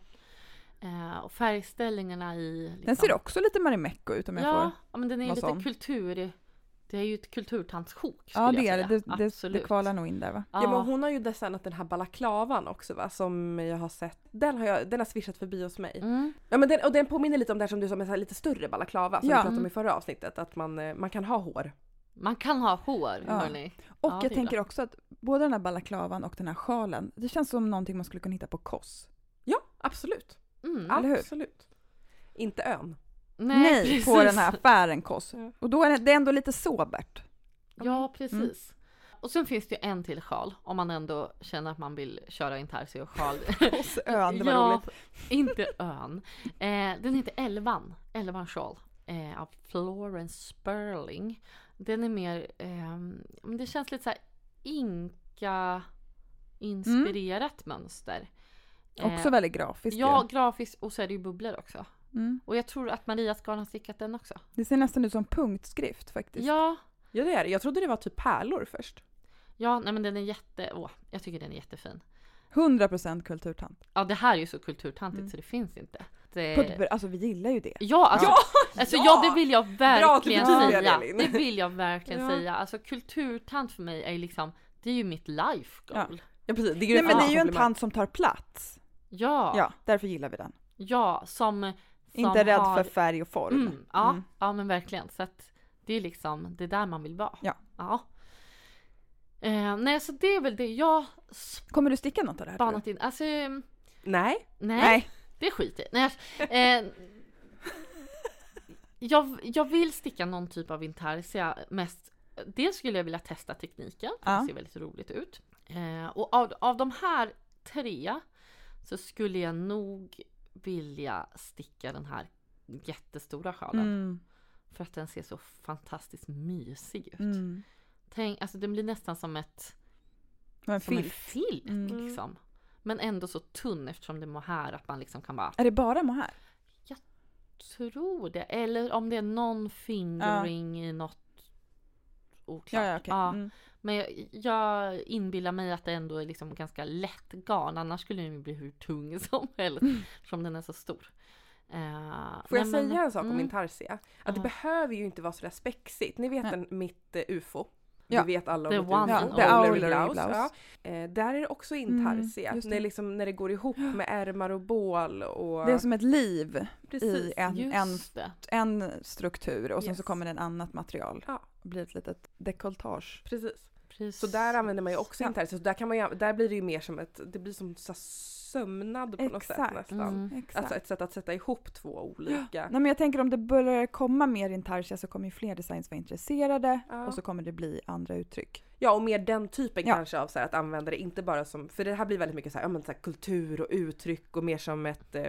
Speaker 2: Eh, och färgställningarna i... Liksom,
Speaker 1: Den ser också lite Marimekko ut om jag
Speaker 2: ja,
Speaker 1: får.
Speaker 2: ja, men den är ju
Speaker 1: vara
Speaker 2: lite
Speaker 1: sån.
Speaker 2: kultur... Det är ju ett kulturtantsjok
Speaker 1: Ja,
Speaker 2: skulle
Speaker 1: det är det.
Speaker 2: jag säga.
Speaker 1: Det, det, det
Speaker 2: Absolut.
Speaker 1: kvalar nog in där va?
Speaker 3: Ja. men hon har ju designat den här balaklavan också va, som jag har sett. Den har, jag, den har swishat förbi hos mig.
Speaker 2: Mm.
Speaker 3: Ja, men den, och den påminner lite om det här som du sa med så här lite större balaklava som
Speaker 1: Ja.
Speaker 3: vi pratade om i
Speaker 2: Mm.
Speaker 3: förra avsnittet. Att man, eh, man kan ha hår.
Speaker 2: Man kan ha hår,
Speaker 1: Ja.
Speaker 2: hörni.
Speaker 1: Och
Speaker 2: Ja, det är
Speaker 1: jag tänker också att både den här balaklavan och den här sjalen, det känns som någonting man skulle kunna hitta på Koss.
Speaker 3: Ja, absolut.
Speaker 2: Mm.
Speaker 1: Eller hur?
Speaker 3: Absolut. Inte ön.
Speaker 1: Nej, på den
Speaker 2: precis.
Speaker 1: här affären Koss.
Speaker 3: Ja.
Speaker 1: Och då är det, det är ändå lite sobert. Mm.
Speaker 2: Ja, precis. Och sen finns det ju en till sjal om man ändå känner att man vill köra intarsio och sjal.
Speaker 1: Koss ön, det var
Speaker 2: ja,
Speaker 1: roligt.
Speaker 2: inte ön. Eh, den heter Elvan, Elvan Shawl eh, av Florence Sperling. Den är mer, eh, men det känns lite så här inka inspirerat mönster. Eh,
Speaker 1: Mm. Också väldigt grafiskt ju.
Speaker 2: Ja, grafiskt och så är det ju bubblor också.
Speaker 1: mm.
Speaker 2: Och jag tror att Marias garn har stickat den också.
Speaker 1: Det ser nästan ut som punktskrift faktiskt.
Speaker 2: Ja,
Speaker 3: Ja det är det. Jag trodde det var typ pärlor först.
Speaker 2: ja, nej men den är jätte, åh, jag tycker den är jättefin.
Speaker 1: 100% kulturtant.
Speaker 2: Ja, det här är ju så kulturtantigt
Speaker 1: Mm.
Speaker 2: så det finns inte. Det...
Speaker 1: Putt- Alltså vi gillar ju det.
Speaker 2: Ja, alltså, ja, alltså ja! det vill jag verkligen
Speaker 3: Bra att du
Speaker 2: säga.
Speaker 3: förtydligade, Elin.
Speaker 2: Det vill jag verkligen
Speaker 3: Ja.
Speaker 2: säga. Alltså kulturtant för mig är ju liksom, det är ju mitt life goal.
Speaker 3: Ja precis. Det är
Speaker 1: Nej men det
Speaker 2: Ja.
Speaker 1: är ju en tant som tar plats.
Speaker 2: Ja, ja,
Speaker 1: Ja, därför gillar vi den.
Speaker 2: som som
Speaker 1: Inte rädd
Speaker 2: har-
Speaker 1: för färg och form.
Speaker 2: Mm, ja,
Speaker 1: Mm.
Speaker 2: ja, men verkligen. Så att det är liksom det är där man vill vara.
Speaker 1: Ja.
Speaker 2: Eh, nej, så det är väl det jag
Speaker 1: Kommer du sticka något av det här? tror du?
Speaker 2: spanat in. Alltså, eh, nej,
Speaker 3: Nej,
Speaker 1: Nej.
Speaker 2: det skiter jag i. Nej, jag- eh, jag, jag vill sticka någon typ av intarsia mest. Dels skulle jag vilja testa tekniken, för
Speaker 1: Ja.
Speaker 2: det ser väldigt roligt ut. Eh, och av, av de här tre så skulle jag nog vilja sticka den här jättestora sjalen.
Speaker 1: Mm.
Speaker 2: För att den ser så fantastiskt mysig ut.
Speaker 1: Mm.
Speaker 2: Tänk, alltså den blir nästan som ett
Speaker 1: Som en
Speaker 2: som en
Speaker 1: filt.
Speaker 2: filt
Speaker 1: Mm.
Speaker 2: liksom. Men ändå så tunn eftersom det må här att man liksom kan bara
Speaker 1: Är det bara mohair?
Speaker 2: tro det. Eller om det är någon fingering i något oklart.
Speaker 1: Ja, ja, okej. Mm.
Speaker 2: Men jag, jag inbillar mig att det ändå är liksom ganska lätt garn. Annars skulle den ju bli hur tung som helst.
Speaker 1: Mm.
Speaker 2: Eftersom den är så stor. Eh,
Speaker 3: Får jag
Speaker 2: nej, men-
Speaker 3: säga en sak om
Speaker 2: mm.
Speaker 3: intarsia? Att
Speaker 2: Ja.
Speaker 3: det behöver ju inte vara sådär spexigt. Ni vet
Speaker 1: Nej.
Speaker 3: den, mitt eh, ufo.
Speaker 1: Ja.
Speaker 3: Det vet alla om
Speaker 2: The
Speaker 3: mitt
Speaker 2: one
Speaker 3: ufo.
Speaker 2: and
Speaker 3: The
Speaker 2: only.
Speaker 3: Owlery
Speaker 1: Owlery
Speaker 3: Blouse.
Speaker 1: blouse.
Speaker 3: Ja. Eh, där är det också
Speaker 1: Mm,
Speaker 3: intarsia.
Speaker 1: just det.
Speaker 3: när, liksom, när det går ihop med ärmar och bål. Och...
Speaker 1: Det är som ett liv i
Speaker 3: Precis.
Speaker 1: en, en,
Speaker 2: Just det.
Speaker 1: en struktur och sen så
Speaker 3: Yes.
Speaker 1: kommer det ett annat material.
Speaker 3: Ja.
Speaker 1: Och blir ett litet dekolletage.
Speaker 3: Precis.
Speaker 2: Precis.
Speaker 3: Så där använder man ju också
Speaker 1: Ja.
Speaker 3: intarsia. Så där, kan man ju, där blir det ju mer som ett, det blir som så här sömnad på något sätt
Speaker 1: Exakt.
Speaker 3: nästan.
Speaker 2: Mm.
Speaker 1: Exakt.
Speaker 3: Alltså ett sätt att sätta ihop två olika.
Speaker 1: Nej men jag tänker om det börjar komma mer intarsia så kommer ju fler designs vara intresserade
Speaker 3: Ja.
Speaker 1: och så kommer det bli andra uttryck.
Speaker 3: Ja och mer den typen
Speaker 1: Ja.
Speaker 3: kanske av så här, att använda det inte bara som, för det här blir väldigt mycket så här, ja, men så här, kultur och uttryck och mer som ett eh,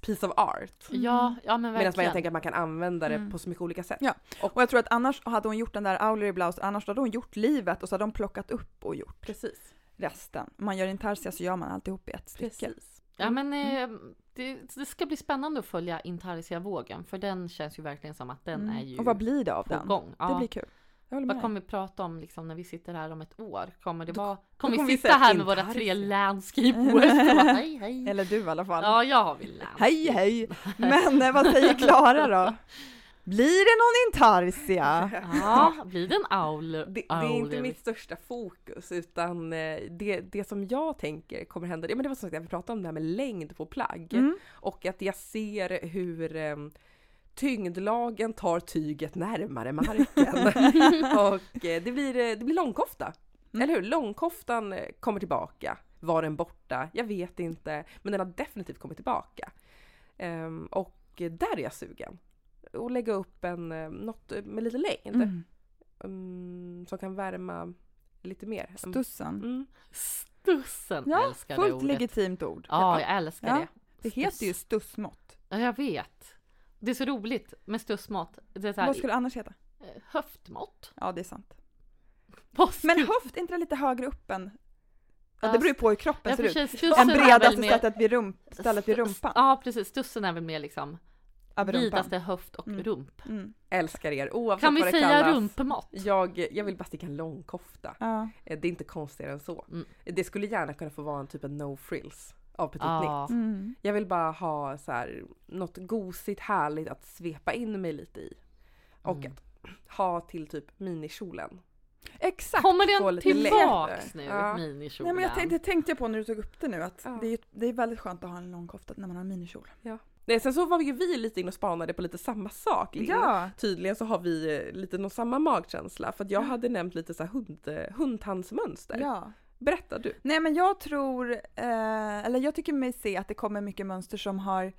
Speaker 3: piece of art.
Speaker 2: Ja, ja men
Speaker 3: Medan man jag
Speaker 2: verkligen.
Speaker 3: tänker att man kan använda det
Speaker 1: Mm.
Speaker 3: på så mycket olika sätt.
Speaker 1: Ja. Och jag tror att annars hade hon gjort den där Aulery Blouse, annars hade hon gjort livet och så hade hon plockat upp och gjort
Speaker 3: Precis.
Speaker 1: resten. Om man gör intarsia så gör man alltihop i ett stycke.
Speaker 3: Precis.
Speaker 2: Ja men eh,
Speaker 1: Mm.
Speaker 2: det, det ska bli spännande att följa Intarsia-vågen för den känns ju verkligen som att den
Speaker 1: Mm.
Speaker 2: är ju
Speaker 1: Och vad blir det av
Speaker 2: på
Speaker 1: den?
Speaker 2: gång. Ja.
Speaker 1: Det blir kul. Jag håller med.
Speaker 2: vad kommer vi prata om liksom, när vi sitter här om ett år? Kommer, det
Speaker 3: Då-
Speaker 2: vara, kommer
Speaker 3: kommer
Speaker 2: vi
Speaker 3: vi
Speaker 2: sitta
Speaker 3: säga
Speaker 2: här med våra tre
Speaker 3: Intarsia.
Speaker 2: landscape wars och bara, hej hej?
Speaker 1: Eller du i alla fall.
Speaker 2: Ja, jag vill landscape.
Speaker 1: Hej hej! Men eh, vad säger Klara då? Blir det någon intarsia?
Speaker 2: Ja, blir det en auler?
Speaker 3: Det, det är inte
Speaker 2: auler?
Speaker 3: mitt största fokus utan eh, det, det som jag tänker kommer hända, ja men det var som sagt jag pratade om det här med längd på plagg
Speaker 1: Mm.
Speaker 3: och att jag ser hur eh, tyngdlagen tar tyget närmare marken. och eh, det blir, eh, det blir långkofta.
Speaker 1: Mm.
Speaker 3: Eller hur? Långkoftan eh, kommer tillbaka. Var den borta? Jag vet inte. Men den har definitivt kommit tillbaka. Ehm, och där är jag sugen. Och lägga upp en, eh, något med lite längd.
Speaker 1: Mm.
Speaker 3: Mm, som kan värma lite mer.
Speaker 1: Stussen.
Speaker 3: Mm.
Speaker 2: Stussen
Speaker 1: Ja,
Speaker 2: älskar det
Speaker 1: Fullt
Speaker 2: ordet.
Speaker 1: legitimt ord.
Speaker 2: Ja, jag älskar
Speaker 1: Ja,
Speaker 2: det.
Speaker 1: Det heter ju stussmått.
Speaker 2: Ja, jag vet. Det är så roligt med stussmått. Det är så här,
Speaker 1: Vad skulle det annars heta?
Speaker 2: eh, Höftmått.
Speaker 1: Ja, det är sant.
Speaker 2: Vad
Speaker 1: Men
Speaker 2: skulle-
Speaker 1: höft, är inte det lite högre upp än... Ja,
Speaker 2: Ja,
Speaker 1: det beror ju på hur kroppen
Speaker 2: Ja,
Speaker 1: ser
Speaker 2: för
Speaker 1: ut.
Speaker 2: sig,
Speaker 1: En
Speaker 2: stussen är väl
Speaker 1: bredaste
Speaker 2: mer-
Speaker 1: stället vid, rump, stället vid
Speaker 2: Stu-
Speaker 1: rumpan.
Speaker 2: Ja precis, stussen är väl mer liksom
Speaker 1: Över rumpan.
Speaker 2: vidaste höft och
Speaker 1: Mm.
Speaker 2: rump.
Speaker 1: Mm.
Speaker 3: Älskar er oavsett
Speaker 2: Kan vi
Speaker 3: vad det
Speaker 2: säga
Speaker 3: kallas.
Speaker 2: rumpmått?
Speaker 3: Jag, jag vill bara sticka en långkofta.
Speaker 1: Ja.
Speaker 3: Eh, Det är inte konstigare än så.
Speaker 2: Mm.
Speaker 3: Det skulle gärna kunna få vara en typ av no frills av petit
Speaker 2: Ja.
Speaker 3: knit.
Speaker 1: Mm.
Speaker 3: Jag vill bara ha så här, något gosigt härligt att svepa in mig lite i. Och
Speaker 2: Mm.
Speaker 3: att ha till typ minikjolen.
Speaker 1: Exakt!
Speaker 2: Kommer
Speaker 3: få
Speaker 2: den
Speaker 3: lite
Speaker 2: tillbaks
Speaker 3: lättare.
Speaker 2: nu,
Speaker 3: Ja.
Speaker 1: Nej,
Speaker 2: minikjolen?
Speaker 1: men jag tänkte, det tänkte jag på när du tog upp det nu, att
Speaker 3: Ja.
Speaker 1: det, är, ju- det är väldigt skönt att ha en lång kofta när man har en minikjol.
Speaker 3: Nej, sen så var ju vi lite inne och spanade på lite samma sak. Linn.
Speaker 1: Ja!
Speaker 3: Tydligen så har vi eh, lite någon samma magkänsla för att jag hade nämnt lite så här hund, eh, hundtandsmönster.
Speaker 1: ja.
Speaker 3: Berätta du.
Speaker 1: Nej men jag tror, eh, eller jag tycker mig se att det kommer mycket mönster som har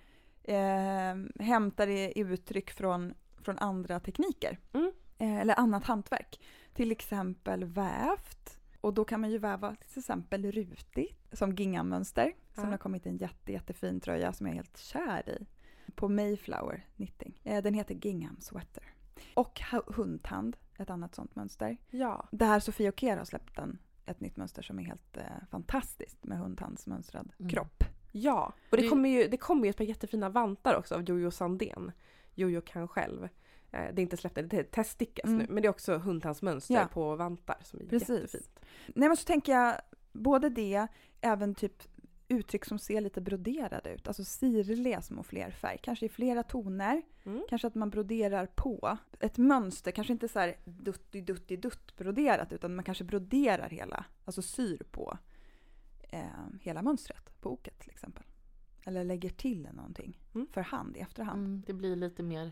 Speaker 1: eh, hämtar i i uttryck från, från andra tekniker.
Speaker 3: Mm.
Speaker 1: Eh, eller annat hantverk. Till exempel vävt. Och då kan man ju väva till exempel rutigt, som gingammönster. Som
Speaker 3: Ja.
Speaker 1: har kommit en jätte, jättefin tröja som jag är helt kär i. På Mayflower Knitting. Eh, den heter Gingham Sweater. Och ha- hundtand, ett annat sånt mönster.
Speaker 3: Ja.
Speaker 1: Där Sofia och Kera har släppt en, ett nytt mönster som är helt eh, fantastiskt med hundtandsmönstrad
Speaker 2: Mm.
Speaker 1: kropp.
Speaker 3: Ja, och det
Speaker 2: Det-
Speaker 3: kommer ju, det kommer ju ett par jättefina vantar också av Jojo Sandén. Jojo kan själv. Eh, Det är inte släppt än, det är teststickas
Speaker 1: Mm.
Speaker 3: nu. Men det är också hundtandsmönster
Speaker 1: Ja.
Speaker 3: på vantar som är
Speaker 1: Precis.
Speaker 3: jättefint.
Speaker 1: Nej men så tänker jag både det, även typ uttryck som ser lite broderade ut, alltså sirliga små flerfärg, kanske i flera toner,
Speaker 3: Mm.
Speaker 1: kanske att man broderar på ett mönster, kanske inte så här dutti dutti dutt broderat utan man kanske broderar hela, alltså syr på eh, hela mönstret på oket till exempel. Eller lägger till någonting
Speaker 3: Mm.
Speaker 1: för hand i efterhand.
Speaker 2: Mm, det blir lite mer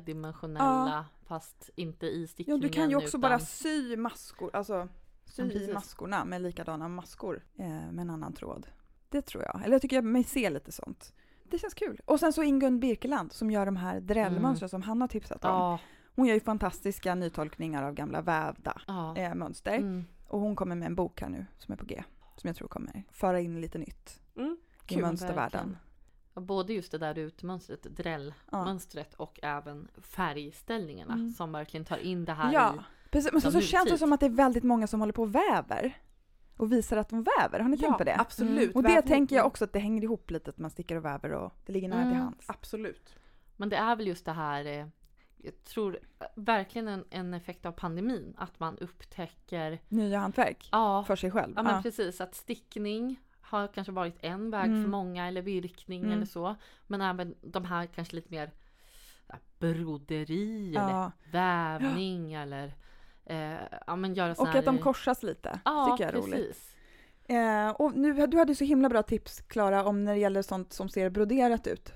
Speaker 2: tredimensionella fast inte i
Speaker 1: Ja,
Speaker 2: stickningen.
Speaker 1: du kan ju också
Speaker 2: utan,
Speaker 1: bara sy maskor, alltså sy
Speaker 2: Ja,
Speaker 1: i
Speaker 2: precis.
Speaker 1: maskorna med likadana maskor eh, med en annan tråd. Det tror jag. Eller jag tycker jag mig se lite sånt. Det känns kul. Och sen så Ingun Birkeland som gör de här drällmönstren som han har tipsat om.
Speaker 2: Mm. Ja,
Speaker 1: Hon gör ju fantastiska nytolkningar av gamla vävda
Speaker 2: ja.
Speaker 1: eh, mönster.
Speaker 2: Mm.
Speaker 1: Och hon kommer med en bok här nu som är på G. Som jag tror kommer föra in lite nytt
Speaker 3: Mm.
Speaker 1: i
Speaker 3: Kul,
Speaker 1: mönstervärlden.
Speaker 2: verkligen. Ja, Både just det där utemönstret, drällmönstret och även färgställningarna
Speaker 1: Mm.
Speaker 2: som verkligen tar in det här i...
Speaker 1: Ja, precis. Men sen
Speaker 2: Ja,
Speaker 1: så känns det
Speaker 2: nutid.
Speaker 1: som att det är väldigt många som håller på och väver. Och visar att de väver. Har ni tänkt på det? Mm.
Speaker 3: absolut.
Speaker 1: Och det
Speaker 3: Vävning-
Speaker 1: tänker jag också att det hänger ihop lite att man stickar och väver och det ligger nära till
Speaker 2: Mm.
Speaker 1: hands.
Speaker 3: Absolut.
Speaker 2: Men det är väl just det här, eh, jag tror eh, verkligen en, en effekt av pandemin, att man upptäcker,
Speaker 1: Nya hantverk
Speaker 2: ja,
Speaker 1: för sig själv.
Speaker 2: ja men
Speaker 1: Ja.
Speaker 2: precis, att stickning har kanske varit en väg
Speaker 1: Mm.
Speaker 2: för många, eller virkning
Speaker 1: Mm.
Speaker 2: eller så. Men även de här kanske lite mer ja, broderi eller
Speaker 1: Ja.
Speaker 2: vävning eller eh, ja men göra såna
Speaker 1: Och att de
Speaker 2: här-
Speaker 1: korsas lite.
Speaker 2: ja,
Speaker 1: tycker jag är roligt.
Speaker 2: precis.
Speaker 1: Eh, och nu, du hade så himla bra tips Klara om när det gäller sånt som ser broderat ut.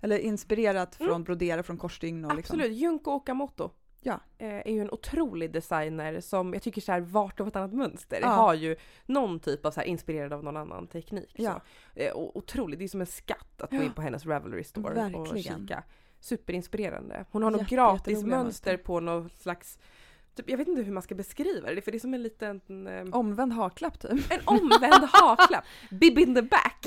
Speaker 1: Eller inspirerat
Speaker 3: Mm.
Speaker 1: från brodera från korsstygn och liksom.
Speaker 3: Absolut. Junko Okamoto
Speaker 1: Ja.
Speaker 3: eh, är ju en otrolig designer som jag tycker så här vart och vartannat mönster
Speaker 1: Ja.
Speaker 3: har ju någon typ av så här inspirerad av någon annan teknik.
Speaker 1: Ja.
Speaker 3: Så. Eh, och otroligt, det är som en skatt att gå in på hennes Ravelry store och
Speaker 1: Verkligen.
Speaker 3: kika. Superinspirerande. Hon har något
Speaker 1: Jätte-
Speaker 3: gratis
Speaker 1: jätteroliga
Speaker 3: mönster
Speaker 1: mönster.
Speaker 3: på någon slags Typ, jag vet inte hur man ska beskriva det, för det är som en liten... eh,
Speaker 1: Omvänd haklapp typ.
Speaker 3: En omvänd haklapp! Bib in the back!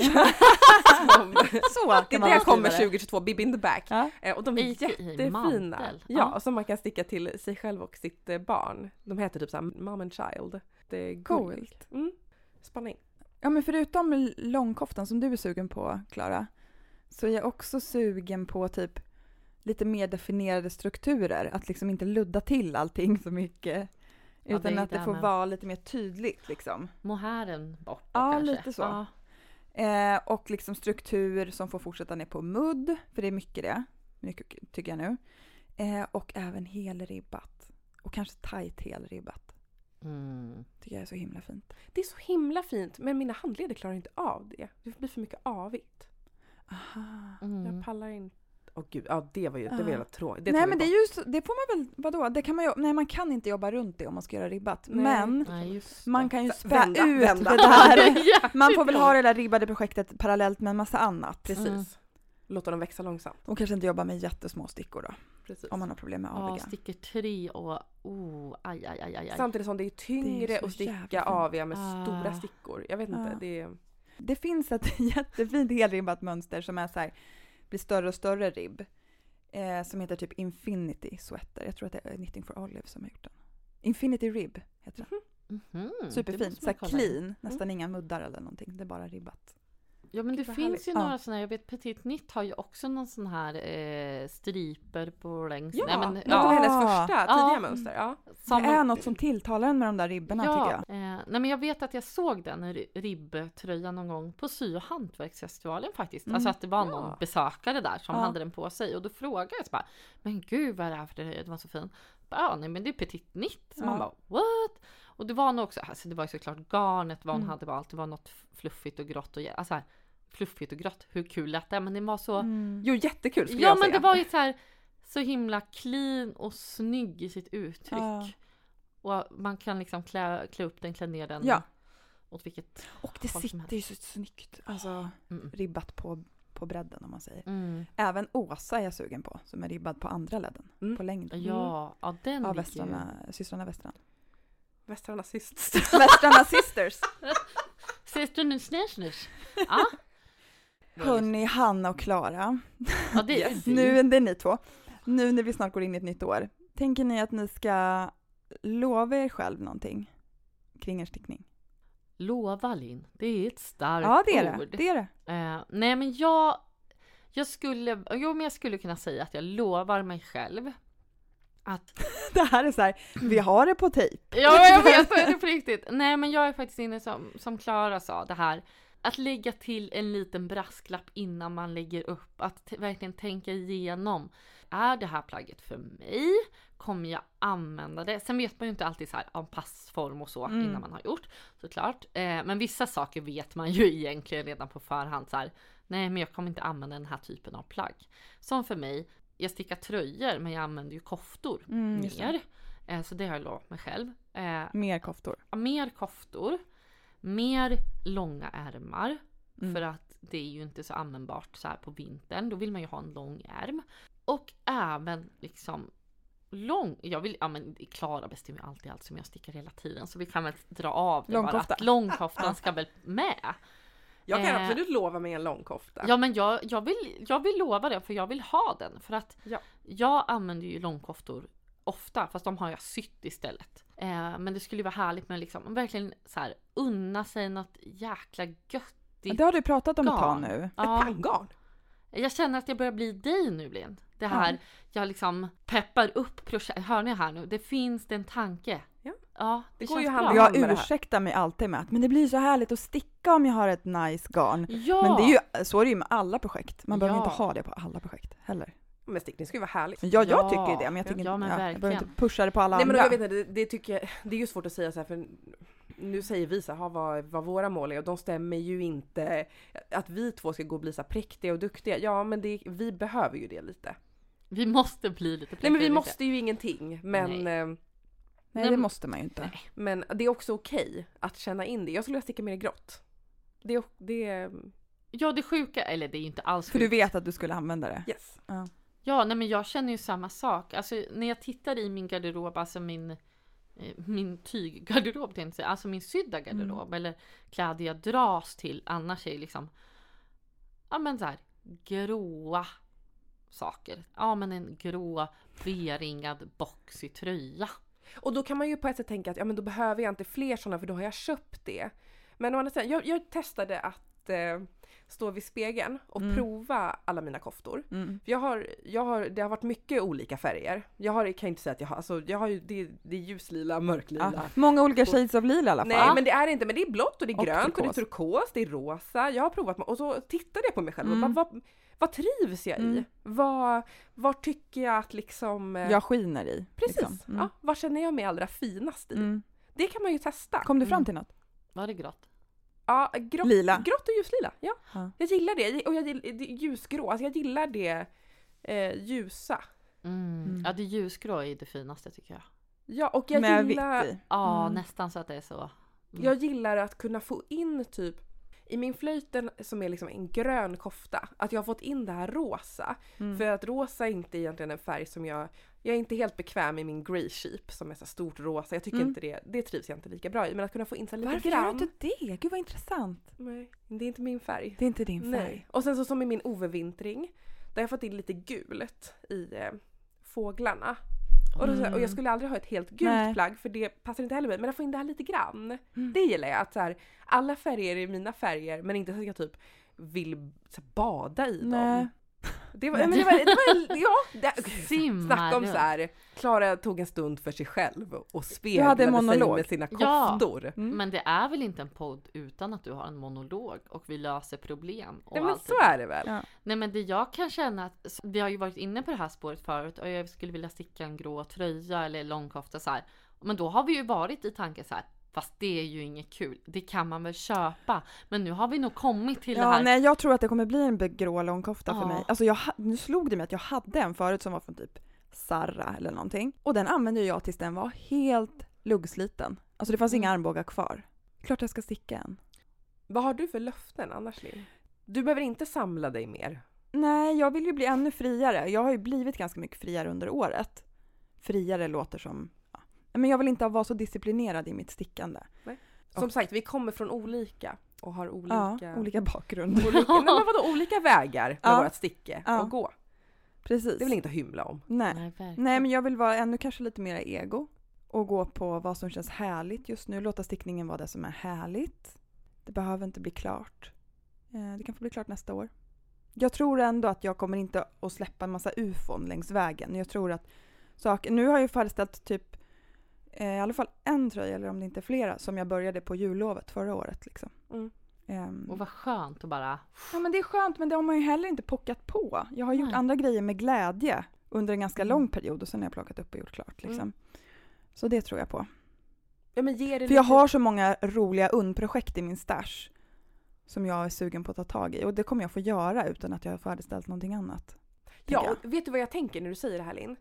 Speaker 3: Som-
Speaker 1: Så
Speaker 3: det är
Speaker 2: kan man
Speaker 3: där
Speaker 2: beskriva
Speaker 3: kommer
Speaker 2: det.
Speaker 3: 2022, Bib in the back!
Speaker 1: Ja.
Speaker 3: Eh, Och de är
Speaker 2: I- i
Speaker 3: jättefina.
Speaker 2: mantel.
Speaker 3: Ja,
Speaker 2: Ja.
Speaker 3: som man kan sticka till sig själv och sitt eh, barn. De heter typ såhär Mom and Child. Det är gulligt.
Speaker 1: Coolt.
Speaker 3: Mm. Spanna in.
Speaker 1: Ja men förutom l- långkoftan som du är sugen på Klara, så är jag också sugen på typ lite mer definierade strukturer. Att liksom inte ludda till allting så mycket.
Speaker 2: Ja,
Speaker 1: Utan
Speaker 2: det är
Speaker 1: att det
Speaker 2: där
Speaker 1: får
Speaker 2: med.
Speaker 1: vara lite mer tydligt liksom.
Speaker 2: Mohären bort då
Speaker 1: Ja,
Speaker 2: kanske.
Speaker 1: lite så.
Speaker 2: Ja,
Speaker 1: Eh, och liksom struktur som får fortsätta ner på mudd, för det är mycket det. Mycket, tycker jag nu. Eh, och även helribbat. Och kanske tajt helribbat.
Speaker 2: mm.
Speaker 1: Tycker jag är så himla fint.
Speaker 3: Det är så himla fint men mina handleder klarar inte av det. Det blir för mycket avigt.
Speaker 1: Aha.
Speaker 2: Mm.
Speaker 3: Jag pallar inte. Åh gud, ja det var ju, det var
Speaker 1: Ja.
Speaker 3: jävla tråkigt.
Speaker 1: nej men det är ju, så- det får man väl, vadå, det kan man ju, nej man kan inte jobba runt det om man ska göra ribbat.
Speaker 3: Nej.
Speaker 1: Men
Speaker 2: Nej, just
Speaker 1: man
Speaker 2: det.
Speaker 1: kan ju
Speaker 3: Så,
Speaker 1: spä
Speaker 3: vända,
Speaker 1: ut
Speaker 3: vända.
Speaker 1: det där.
Speaker 2: Ja,
Speaker 1: Man får väl ha det där ribbade projektet parallellt med en massa annat.
Speaker 3: Precis.
Speaker 2: Mm.
Speaker 3: Låta dem växa långsamt.
Speaker 1: Och kanske inte jobba med jättesmå stickor då,
Speaker 3: Precis.
Speaker 1: om man har problem med
Speaker 2: ja,
Speaker 1: aviga.
Speaker 2: sticker tre och oh, aj, aj, aj, aj. aj.
Speaker 3: Samtidigt som det är
Speaker 1: Det är
Speaker 3: tyngre
Speaker 1: så
Speaker 3: att
Speaker 1: jävla
Speaker 3: sticka
Speaker 1: fint.
Speaker 3: aviga med
Speaker 2: Ah.
Speaker 3: stora stickor. Jag vet inte,
Speaker 1: Ah.
Speaker 3: det är...
Speaker 1: Det finns ett jättefint helribbat mönster som är så här, blir större och större ribb. Eh, som heter typ Infinity Sweater. Jag tror att det är Knitting for Olive som har gjort den. Infinity Rib heter den.
Speaker 2: Mhm, det
Speaker 1: Superfint,
Speaker 2: måste
Speaker 1: så
Speaker 2: man
Speaker 1: här
Speaker 2: kolla in.
Speaker 1: clean. Nästan inga muddar eller någonting. Det är bara ribbat.
Speaker 2: Ja men
Speaker 3: Gud,
Speaker 2: det
Speaker 3: vad
Speaker 2: finns
Speaker 3: härligt.
Speaker 2: ju
Speaker 1: Ja.
Speaker 2: några sådana, jag vet Petit Nitt har ju också någon sån här eh, striper på längs.
Speaker 3: Ja,
Speaker 2: Nej, men,
Speaker 3: något
Speaker 1: ja.
Speaker 3: av hennes första tidiga
Speaker 2: Ja.
Speaker 3: mönster. Ja.
Speaker 2: som-
Speaker 1: Det är något som tilltalar en med de där ribborna tycker jag.
Speaker 2: Eh, nej men jag vet att jag såg den ri- ribbtröjan någon gång på sy och hantverksfestivalen faktiskt.
Speaker 1: Mm.
Speaker 2: Alltså att det var
Speaker 3: Ja.
Speaker 2: någon besökare där som
Speaker 1: Ja.
Speaker 2: hade den på sig och då frågade jag så bara Men gud vad är det här för tröja, den var så fin. Bara, Ja nej men det är petit nitt. Så
Speaker 1: Ja.
Speaker 2: man bara what? Och det var nog också, alltså det var ju såklart garnet vad hon
Speaker 1: Mm.
Speaker 2: hade valt, det var något fluffigt och grått och alltså här, fluffigt och grått, hur kul lät det? Men det var så
Speaker 1: Mm.
Speaker 3: Jo, jättekul skulle
Speaker 2: Ja
Speaker 3: jag
Speaker 2: men
Speaker 3: säga.
Speaker 2: det var ju så här så himla clean och snygg i sitt uttryck.
Speaker 1: Ja.
Speaker 2: Och man kan liksom klä, klä upp den, klä ner den.
Speaker 1: Ja.
Speaker 2: Åt vilket...
Speaker 1: Och det
Speaker 2: Håll som
Speaker 1: sitter ju så snyggt. Alltså
Speaker 2: Mm.
Speaker 1: ribbat på, på bredden om man säger.
Speaker 2: Mm.
Speaker 1: Även Åsa är jag sugen på, som är ribbad på andra ledden.
Speaker 3: Mm.
Speaker 1: På längden.
Speaker 2: Ja, ja den
Speaker 1: Av
Speaker 2: ligger ju.
Speaker 1: västrarna, systrarna Västran.
Speaker 3: Västra nazist.
Speaker 1: Västrarna Sisters!
Speaker 2: Ses du nu snäsch Ja.
Speaker 1: Hörni, Hanna och Klara,
Speaker 2: ja det är
Speaker 3: Yes.
Speaker 1: nu det är ni två. Nu när vi snart går in i ett nytt år, tänker ni att ni ska lova er själv någonting kring er stickning?
Speaker 2: Lova Linn, det är ett starkt
Speaker 1: Ja, det är det.
Speaker 2: ord.
Speaker 1: det, är det.
Speaker 2: Eh, nej men jag... Jag skulle, jo men jag skulle kunna säga att jag lovar mig själv att
Speaker 1: det här är så här, vi har det på tejp.
Speaker 2: Ja, jag vet, jag är det på riktigt. Nej, men jag är faktiskt inne som, som Klara sa, det här att lägga till en liten brasklapp innan man lägger upp, att t- verkligen tänka igenom. Är det här plagget för mig? Kommer jag använda det? Sen vet man ju inte alltid så här om passform och så
Speaker 1: Mm.
Speaker 2: innan man har gjort såklart. Eh, men vissa saker vet man ju egentligen redan på förhand så här. Nej, men jag kommer inte använda den här typen av plagg. Som för mig, jag stickar tröjor men jag använder ju koftor
Speaker 1: Mm, just det.
Speaker 2: mer. Eh, Så det har jag lovat mig själv. Eh,
Speaker 1: Mer koftor.
Speaker 2: mer koftor, mer långa ärmar.
Speaker 1: Mm.
Speaker 2: För att det är ju inte så användbart så här på vintern. Då vill man ju ha en lång ärm. Och även liksom lång. Jag vill, ja men Klara bestämmer ju alltid allt som jag stickar hela tiden. Så vi kan väl dra av det bara.
Speaker 1: Långkofta.
Speaker 2: Att
Speaker 1: Ah,
Speaker 2: långkoftan ska väl med.
Speaker 3: Jag kan
Speaker 2: Eh.
Speaker 3: absolut lova mig en långkofta.
Speaker 2: Ja men jag, jag, vill, jag vill lova det för jag vill ha den. För att
Speaker 3: Ja.
Speaker 2: jag använder ju långkoftor ofta fast de har jag sytt istället. Eh, men det skulle ju vara härligt med liksom verkligen så här unna sig något jäkla göttigt.
Speaker 1: Det har du pratat om ett tag
Speaker 2: garn.
Speaker 1: nu.
Speaker 3: Ett
Speaker 2: Ja,
Speaker 3: panngarn!
Speaker 2: jag känner att jag börjar bli dig nu Linn. Det här,
Speaker 1: Ja.
Speaker 2: jag liksom peppar upp projekt. Hör ni här nu? Det finns det en tanke.
Speaker 3: Ja.
Speaker 2: ja
Speaker 3: Det går
Speaker 2: känns
Speaker 3: ju hand
Speaker 2: bra.
Speaker 3: i hand.
Speaker 1: Jag
Speaker 3: med det här.
Speaker 1: ursäktar mig alltid med att men det blir så härligt att sticka om jag har ett nice garn.
Speaker 2: Ja!
Speaker 1: Men det är ju, eh, så är det ju med alla projekt. Man behöver
Speaker 2: Ja.
Speaker 1: inte ha det på alla projekt heller.
Speaker 3: Men stickning ska ju vara härligt.
Speaker 1: Men jag,
Speaker 2: Ja.
Speaker 1: jag tycker ju det, men jag, tycker
Speaker 2: Ja, men
Speaker 1: inte, ja, jag behöver
Speaker 2: verkligen.
Speaker 1: inte pusha det på alla
Speaker 3: Nej men
Speaker 1: andra.
Speaker 3: jag vet inte, det, det tycker jag, det är ju svårt att säga så här för nu säger vi så här, vad, vad våra mål är och de stämmer ju inte. Att vi två ska gå och bli så här präktiga och duktiga, ja men det, vi behöver ju det lite.
Speaker 2: Vi måste bli lite
Speaker 3: Nej men vi
Speaker 2: präktigare.
Speaker 3: måste ju ingenting men, eh,
Speaker 1: Nej, det måste man ju inte.
Speaker 3: men det är också okej att känna in det. Jag skulle vilja sticka mer i grått. Det, är- det, är- eh,
Speaker 2: Ja det sjuka, eller det är ju inte alls
Speaker 1: För
Speaker 2: sjukt.
Speaker 1: du vet att du skulle använda det.
Speaker 3: yes.
Speaker 2: Ja, nej men jag känner ju samma sak. Alltså när jag tittar i min garderob, alltså min, eh, min tyggarderob tänkte jag säga, alltså min sydda
Speaker 3: Mm.
Speaker 2: garderob eller kläder jag dras till annars är det liksom, ja men så här gråa saker. Ja men en grå V-ringad boxig tröja.
Speaker 3: Och då kan man ju på ett sätt tänka att ja men då behöver jag inte fler sådana för då har jag köpt det. Men å andra sidan, jag, jag testade att eh, stå vid spegeln och
Speaker 1: Mm.
Speaker 3: prova alla mina koftor.
Speaker 1: Mm.
Speaker 3: Jag har, jag har, det har varit mycket olika färger. Jag har, kan inte säga att jag har, alltså jag har ju, det, det är ljuslila, mörklila.
Speaker 1: Ja. Många olika shades of lila i alla fall.
Speaker 3: Nej men det är det inte, men det är blått och det är
Speaker 1: Ah, Och
Speaker 3: grönt och det är
Speaker 1: turkos.
Speaker 3: turkos, det är rosa. Jag har provat och så tittade jag på mig själv och
Speaker 1: Mm.
Speaker 3: bara, vad, vad trivs jag i?
Speaker 1: Mm.
Speaker 3: Vad, vad tycker jag att liksom... eh,
Speaker 1: Jag skiner i.
Speaker 3: precis!
Speaker 1: liksom. Mm.
Speaker 3: Ja, vad känner jag mig allra finast i?
Speaker 1: Mm.
Speaker 3: Det kan man ju testa.
Speaker 1: Kom du fram till något?
Speaker 2: Var det grått?
Speaker 3: Ja, grå,
Speaker 1: Lila.
Speaker 3: Grått och ljuslila, ja.
Speaker 1: Ja.
Speaker 3: Jag gillar det och jag gillar, det är ljusgrå, alltså jag gillar det eh, ljusa.
Speaker 2: Mm.
Speaker 1: Mm.
Speaker 2: Ja det ljusgrå är det finaste tycker jag.
Speaker 3: Ja, och jag
Speaker 1: Med
Speaker 3: gillar...
Speaker 1: vitt i.
Speaker 2: Ja
Speaker 1: Mm.
Speaker 2: nästan så att det är så. Mm.
Speaker 3: Jag gillar att kunna få in typ i min flöjten som är liksom en grön kofta, att jag har fått in det här rosa.
Speaker 1: Mm.
Speaker 3: För att rosa är inte egentligen en färg som jag, jag är inte helt bekväm i min grey sheep som är så här stort rosa. Jag tycker
Speaker 1: Mm.
Speaker 3: inte det, det trivs jag inte lika bra i. Men att kunna få in så här lite
Speaker 1: Varför gör
Speaker 3: grann.
Speaker 1: du inte det? Gud vad intressant.
Speaker 3: Nej, det är inte min färg.
Speaker 1: Det är inte din färg.
Speaker 3: Nej. Och sen så som i min overvintring, där har jag fått in lite gult i eh, fåglarna. Och, då, så här, och jag skulle aldrig ha ett helt gult
Speaker 1: Mm. Nej.
Speaker 3: plagg för det passar inte heller mig. Men jag får in det här lite grann.
Speaker 1: Mm.
Speaker 3: Det gillar jag. Att så här, alla färger är mina färger men inte så att jag typ vill så här, bada i
Speaker 1: Nej.
Speaker 3: dem. Det var, men det var, det var ja, det,
Speaker 2: Simmar
Speaker 3: snacka om
Speaker 2: runt.
Speaker 3: så här. Klara tog en stund för sig själv och
Speaker 1: hade en
Speaker 3: speglade sig
Speaker 1: monolog.
Speaker 3: med sina
Speaker 2: Ja.
Speaker 3: koftor.
Speaker 1: Mm.
Speaker 2: Men det är väl inte en podd utan att du har en monolog och vi löser problem. Och
Speaker 3: Nej, men
Speaker 2: allt
Speaker 3: så
Speaker 2: det där.
Speaker 3: är det väl.
Speaker 1: Ja.
Speaker 2: Nej men det jag kan känna att, så- vi har ju varit inne på det här spåret förut och jag skulle vilja sticka en grå tröja eller långkofta så här. Men då har vi ju varit i tanken så här, fast det är ju inget kul, det kan man väl köpa. Men nu har vi nog kommit till det
Speaker 1: Ja,
Speaker 2: här.
Speaker 1: nej, jag tror att det kommer bli en be- grå långkofta
Speaker 2: Ja.
Speaker 1: för mig. Alltså jag, ha- nu slog det mig att jag hade en förut som var från typ Sarra eller någonting. Och den använde jag tills den var helt luggsliten. Alltså det fanns
Speaker 3: Mm.
Speaker 1: inga armbågar kvar. Klart jag ska sticka en.
Speaker 3: Vad har du för löften annars Linn? Du behöver inte samla dig mer.
Speaker 1: Nej, jag vill ju bli ännu friare. Jag har ju blivit ganska mycket friare under året. Friare låter som... Ja. Men jag vill inte vara så disciplinerad i mitt stickande.
Speaker 3: Som sagt, vi kommer från olika och har olika...
Speaker 1: Ja, olika bakgrund.
Speaker 3: olika nej, men vadå, olika vägar med
Speaker 1: Ja.
Speaker 3: vårt sticke
Speaker 1: Ja.
Speaker 3: att gå.
Speaker 1: Precis.
Speaker 3: Det vill inte att hymla om.
Speaker 1: Nej.
Speaker 2: Nej, verkligen.
Speaker 1: Nej, men jag vill vara ännu kanske lite mer ego och gå på vad som känns härligt just nu. Låta stickningen vara det som är härligt. Det behöver inte bli klart. Eh, Det kan få bli klart nästa år. Jag tror ändå att jag kommer inte att släppa en massa ufon längs vägen. Jag tror att saker... Nu har jag ju färdigställt typ eh, i alla fall en tröja, eller om det inte är flera, som jag började på jullovet förra året. Liksom.
Speaker 3: Mm.
Speaker 1: Ehm,
Speaker 2: Och vad skönt att bara,
Speaker 1: Ja men det är skönt men det har man ju heller inte pockat på. Jag har gjort
Speaker 2: Nej.
Speaker 1: andra grejer med glädje under en ganska
Speaker 2: Mm.
Speaker 1: lång period och sen har jag plockat upp och gjort klart. Liksom.
Speaker 3: Mm.
Speaker 1: Så det tror jag på.
Speaker 3: Ja men ge det
Speaker 1: För jag har så många roliga undprojekt i min stash som jag är sugen på att ta tag i. Och det kommer jag få göra utan att jag har färdigställt någonting annat. tänker
Speaker 3: Ja, och vet du vad jag tänker när du säger det här Linn?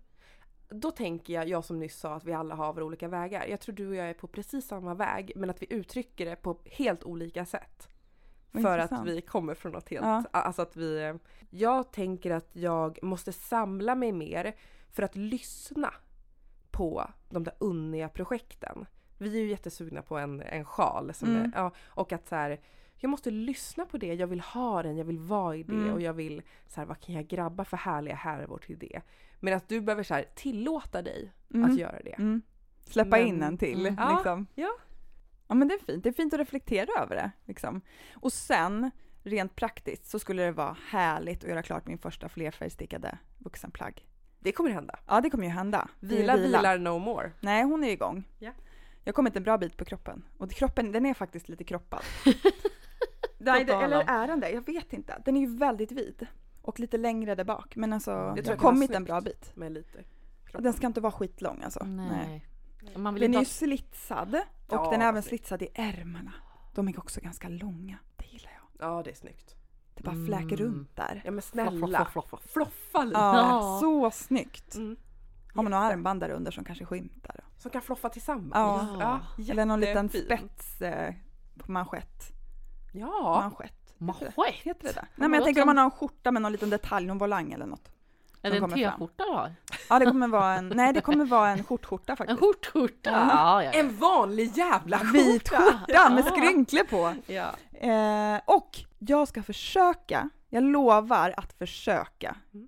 Speaker 3: Då tänker jag, jag som nyss sa att vi alla har våra olika vägar. Jag tror du och jag är på precis samma väg men att vi uttrycker det på helt olika sätt.
Speaker 1: Vad
Speaker 3: För att
Speaker 1: intressant.
Speaker 3: vi kommer från något helt,
Speaker 1: Ja.
Speaker 3: alltså att vi... Jag tänker att jag måste samla mig mer för att lyssna på de där unniga projekten. Vi är ju jättesugna på en, en sjal. Som
Speaker 1: Mm.
Speaker 3: är, ja, och att så här, jag måste lyssna på det, jag vill ha den, jag vill vara i det
Speaker 1: Mm.
Speaker 3: och jag vill så här, vad kan jag grabba för härliga härvor till det? Men att du behöver så här, tillåta dig
Speaker 1: Mm.
Speaker 3: att göra det.
Speaker 1: Mm. Släppa in
Speaker 3: Men-
Speaker 1: en till.
Speaker 2: Mm.
Speaker 3: Ja,
Speaker 1: Liksom.
Speaker 3: ja.
Speaker 1: ja, men det är fint. Det är fint att reflektera över det. Liksom. Och sen, rent praktiskt, så skulle det vara härligt att göra klart min första flerfärgstickade vuxenplagg.
Speaker 3: Det kommer hända.
Speaker 1: Ja, det kommer ju hända.
Speaker 3: Vila, vilar no more.
Speaker 1: Nej, hon är igång.
Speaker 3: Ja.
Speaker 1: Jag har kommit en bra bit på kroppen. Och kroppen, den är faktiskt lite kroppad.
Speaker 2: Nej, det-
Speaker 1: eller är den det? Jag vet inte. Den är ju väldigt vid. Och lite längre där bak. Men alltså, jag,
Speaker 3: tror
Speaker 1: har
Speaker 3: att det var
Speaker 1: kommit en
Speaker 3: snyggt.
Speaker 1: bra bit.
Speaker 3: Med lite.
Speaker 1: Och Den ska inte vara skitlång alltså.
Speaker 2: Nej. Man vill
Speaker 1: Den
Speaker 2: inte
Speaker 1: är
Speaker 2: ha
Speaker 1: ju slitsad. Och
Speaker 3: Ja,
Speaker 1: den är
Speaker 3: vad
Speaker 1: även
Speaker 3: snyggt.
Speaker 1: slitsad i ärmarna. De är också ganska långa. Det gillar jag.
Speaker 3: Ja, det är snyggt.
Speaker 1: Det bara
Speaker 2: Mm.
Speaker 1: fläker runt där.
Speaker 3: Ja men
Speaker 2: Floff,
Speaker 3: snälla.
Speaker 2: floff, floff, floff.
Speaker 3: Floffa lite.
Speaker 1: Ja,
Speaker 2: Ja.
Speaker 1: så snyggt.
Speaker 3: Mm.
Speaker 1: Har man några armband där under som kanske skymtar?
Speaker 3: Som kan floffa tillsammans.
Speaker 1: Ja.
Speaker 3: ja.
Speaker 1: Eller någon liten
Speaker 3: Jättefint.
Speaker 1: spets eh, på manschett.
Speaker 3: ja.
Speaker 1: Manschett.
Speaker 2: Mahoj!
Speaker 1: Heter det det? Nej
Speaker 2: men
Speaker 1: men jag
Speaker 2: låt
Speaker 1: tänker om
Speaker 2: som-
Speaker 1: man har en skjorta med någon liten detalj, någon volang eller något. som
Speaker 2: Är det en
Speaker 1: kommer fram.
Speaker 2: t-skjorta du har?
Speaker 1: Ja det kommer vara en, nej det kommer vara en skjortskjorta
Speaker 2: En
Speaker 1: faktiskt.
Speaker 2: skjortskjorta? Ja, ja, ja.
Speaker 3: En vanlig jävla
Speaker 1: Vit skjorta med
Speaker 2: Ja.
Speaker 1: skrynkle på.
Speaker 3: Ja.
Speaker 1: Eh, och jag ska försöka, jag lovar att försöka
Speaker 3: Mm.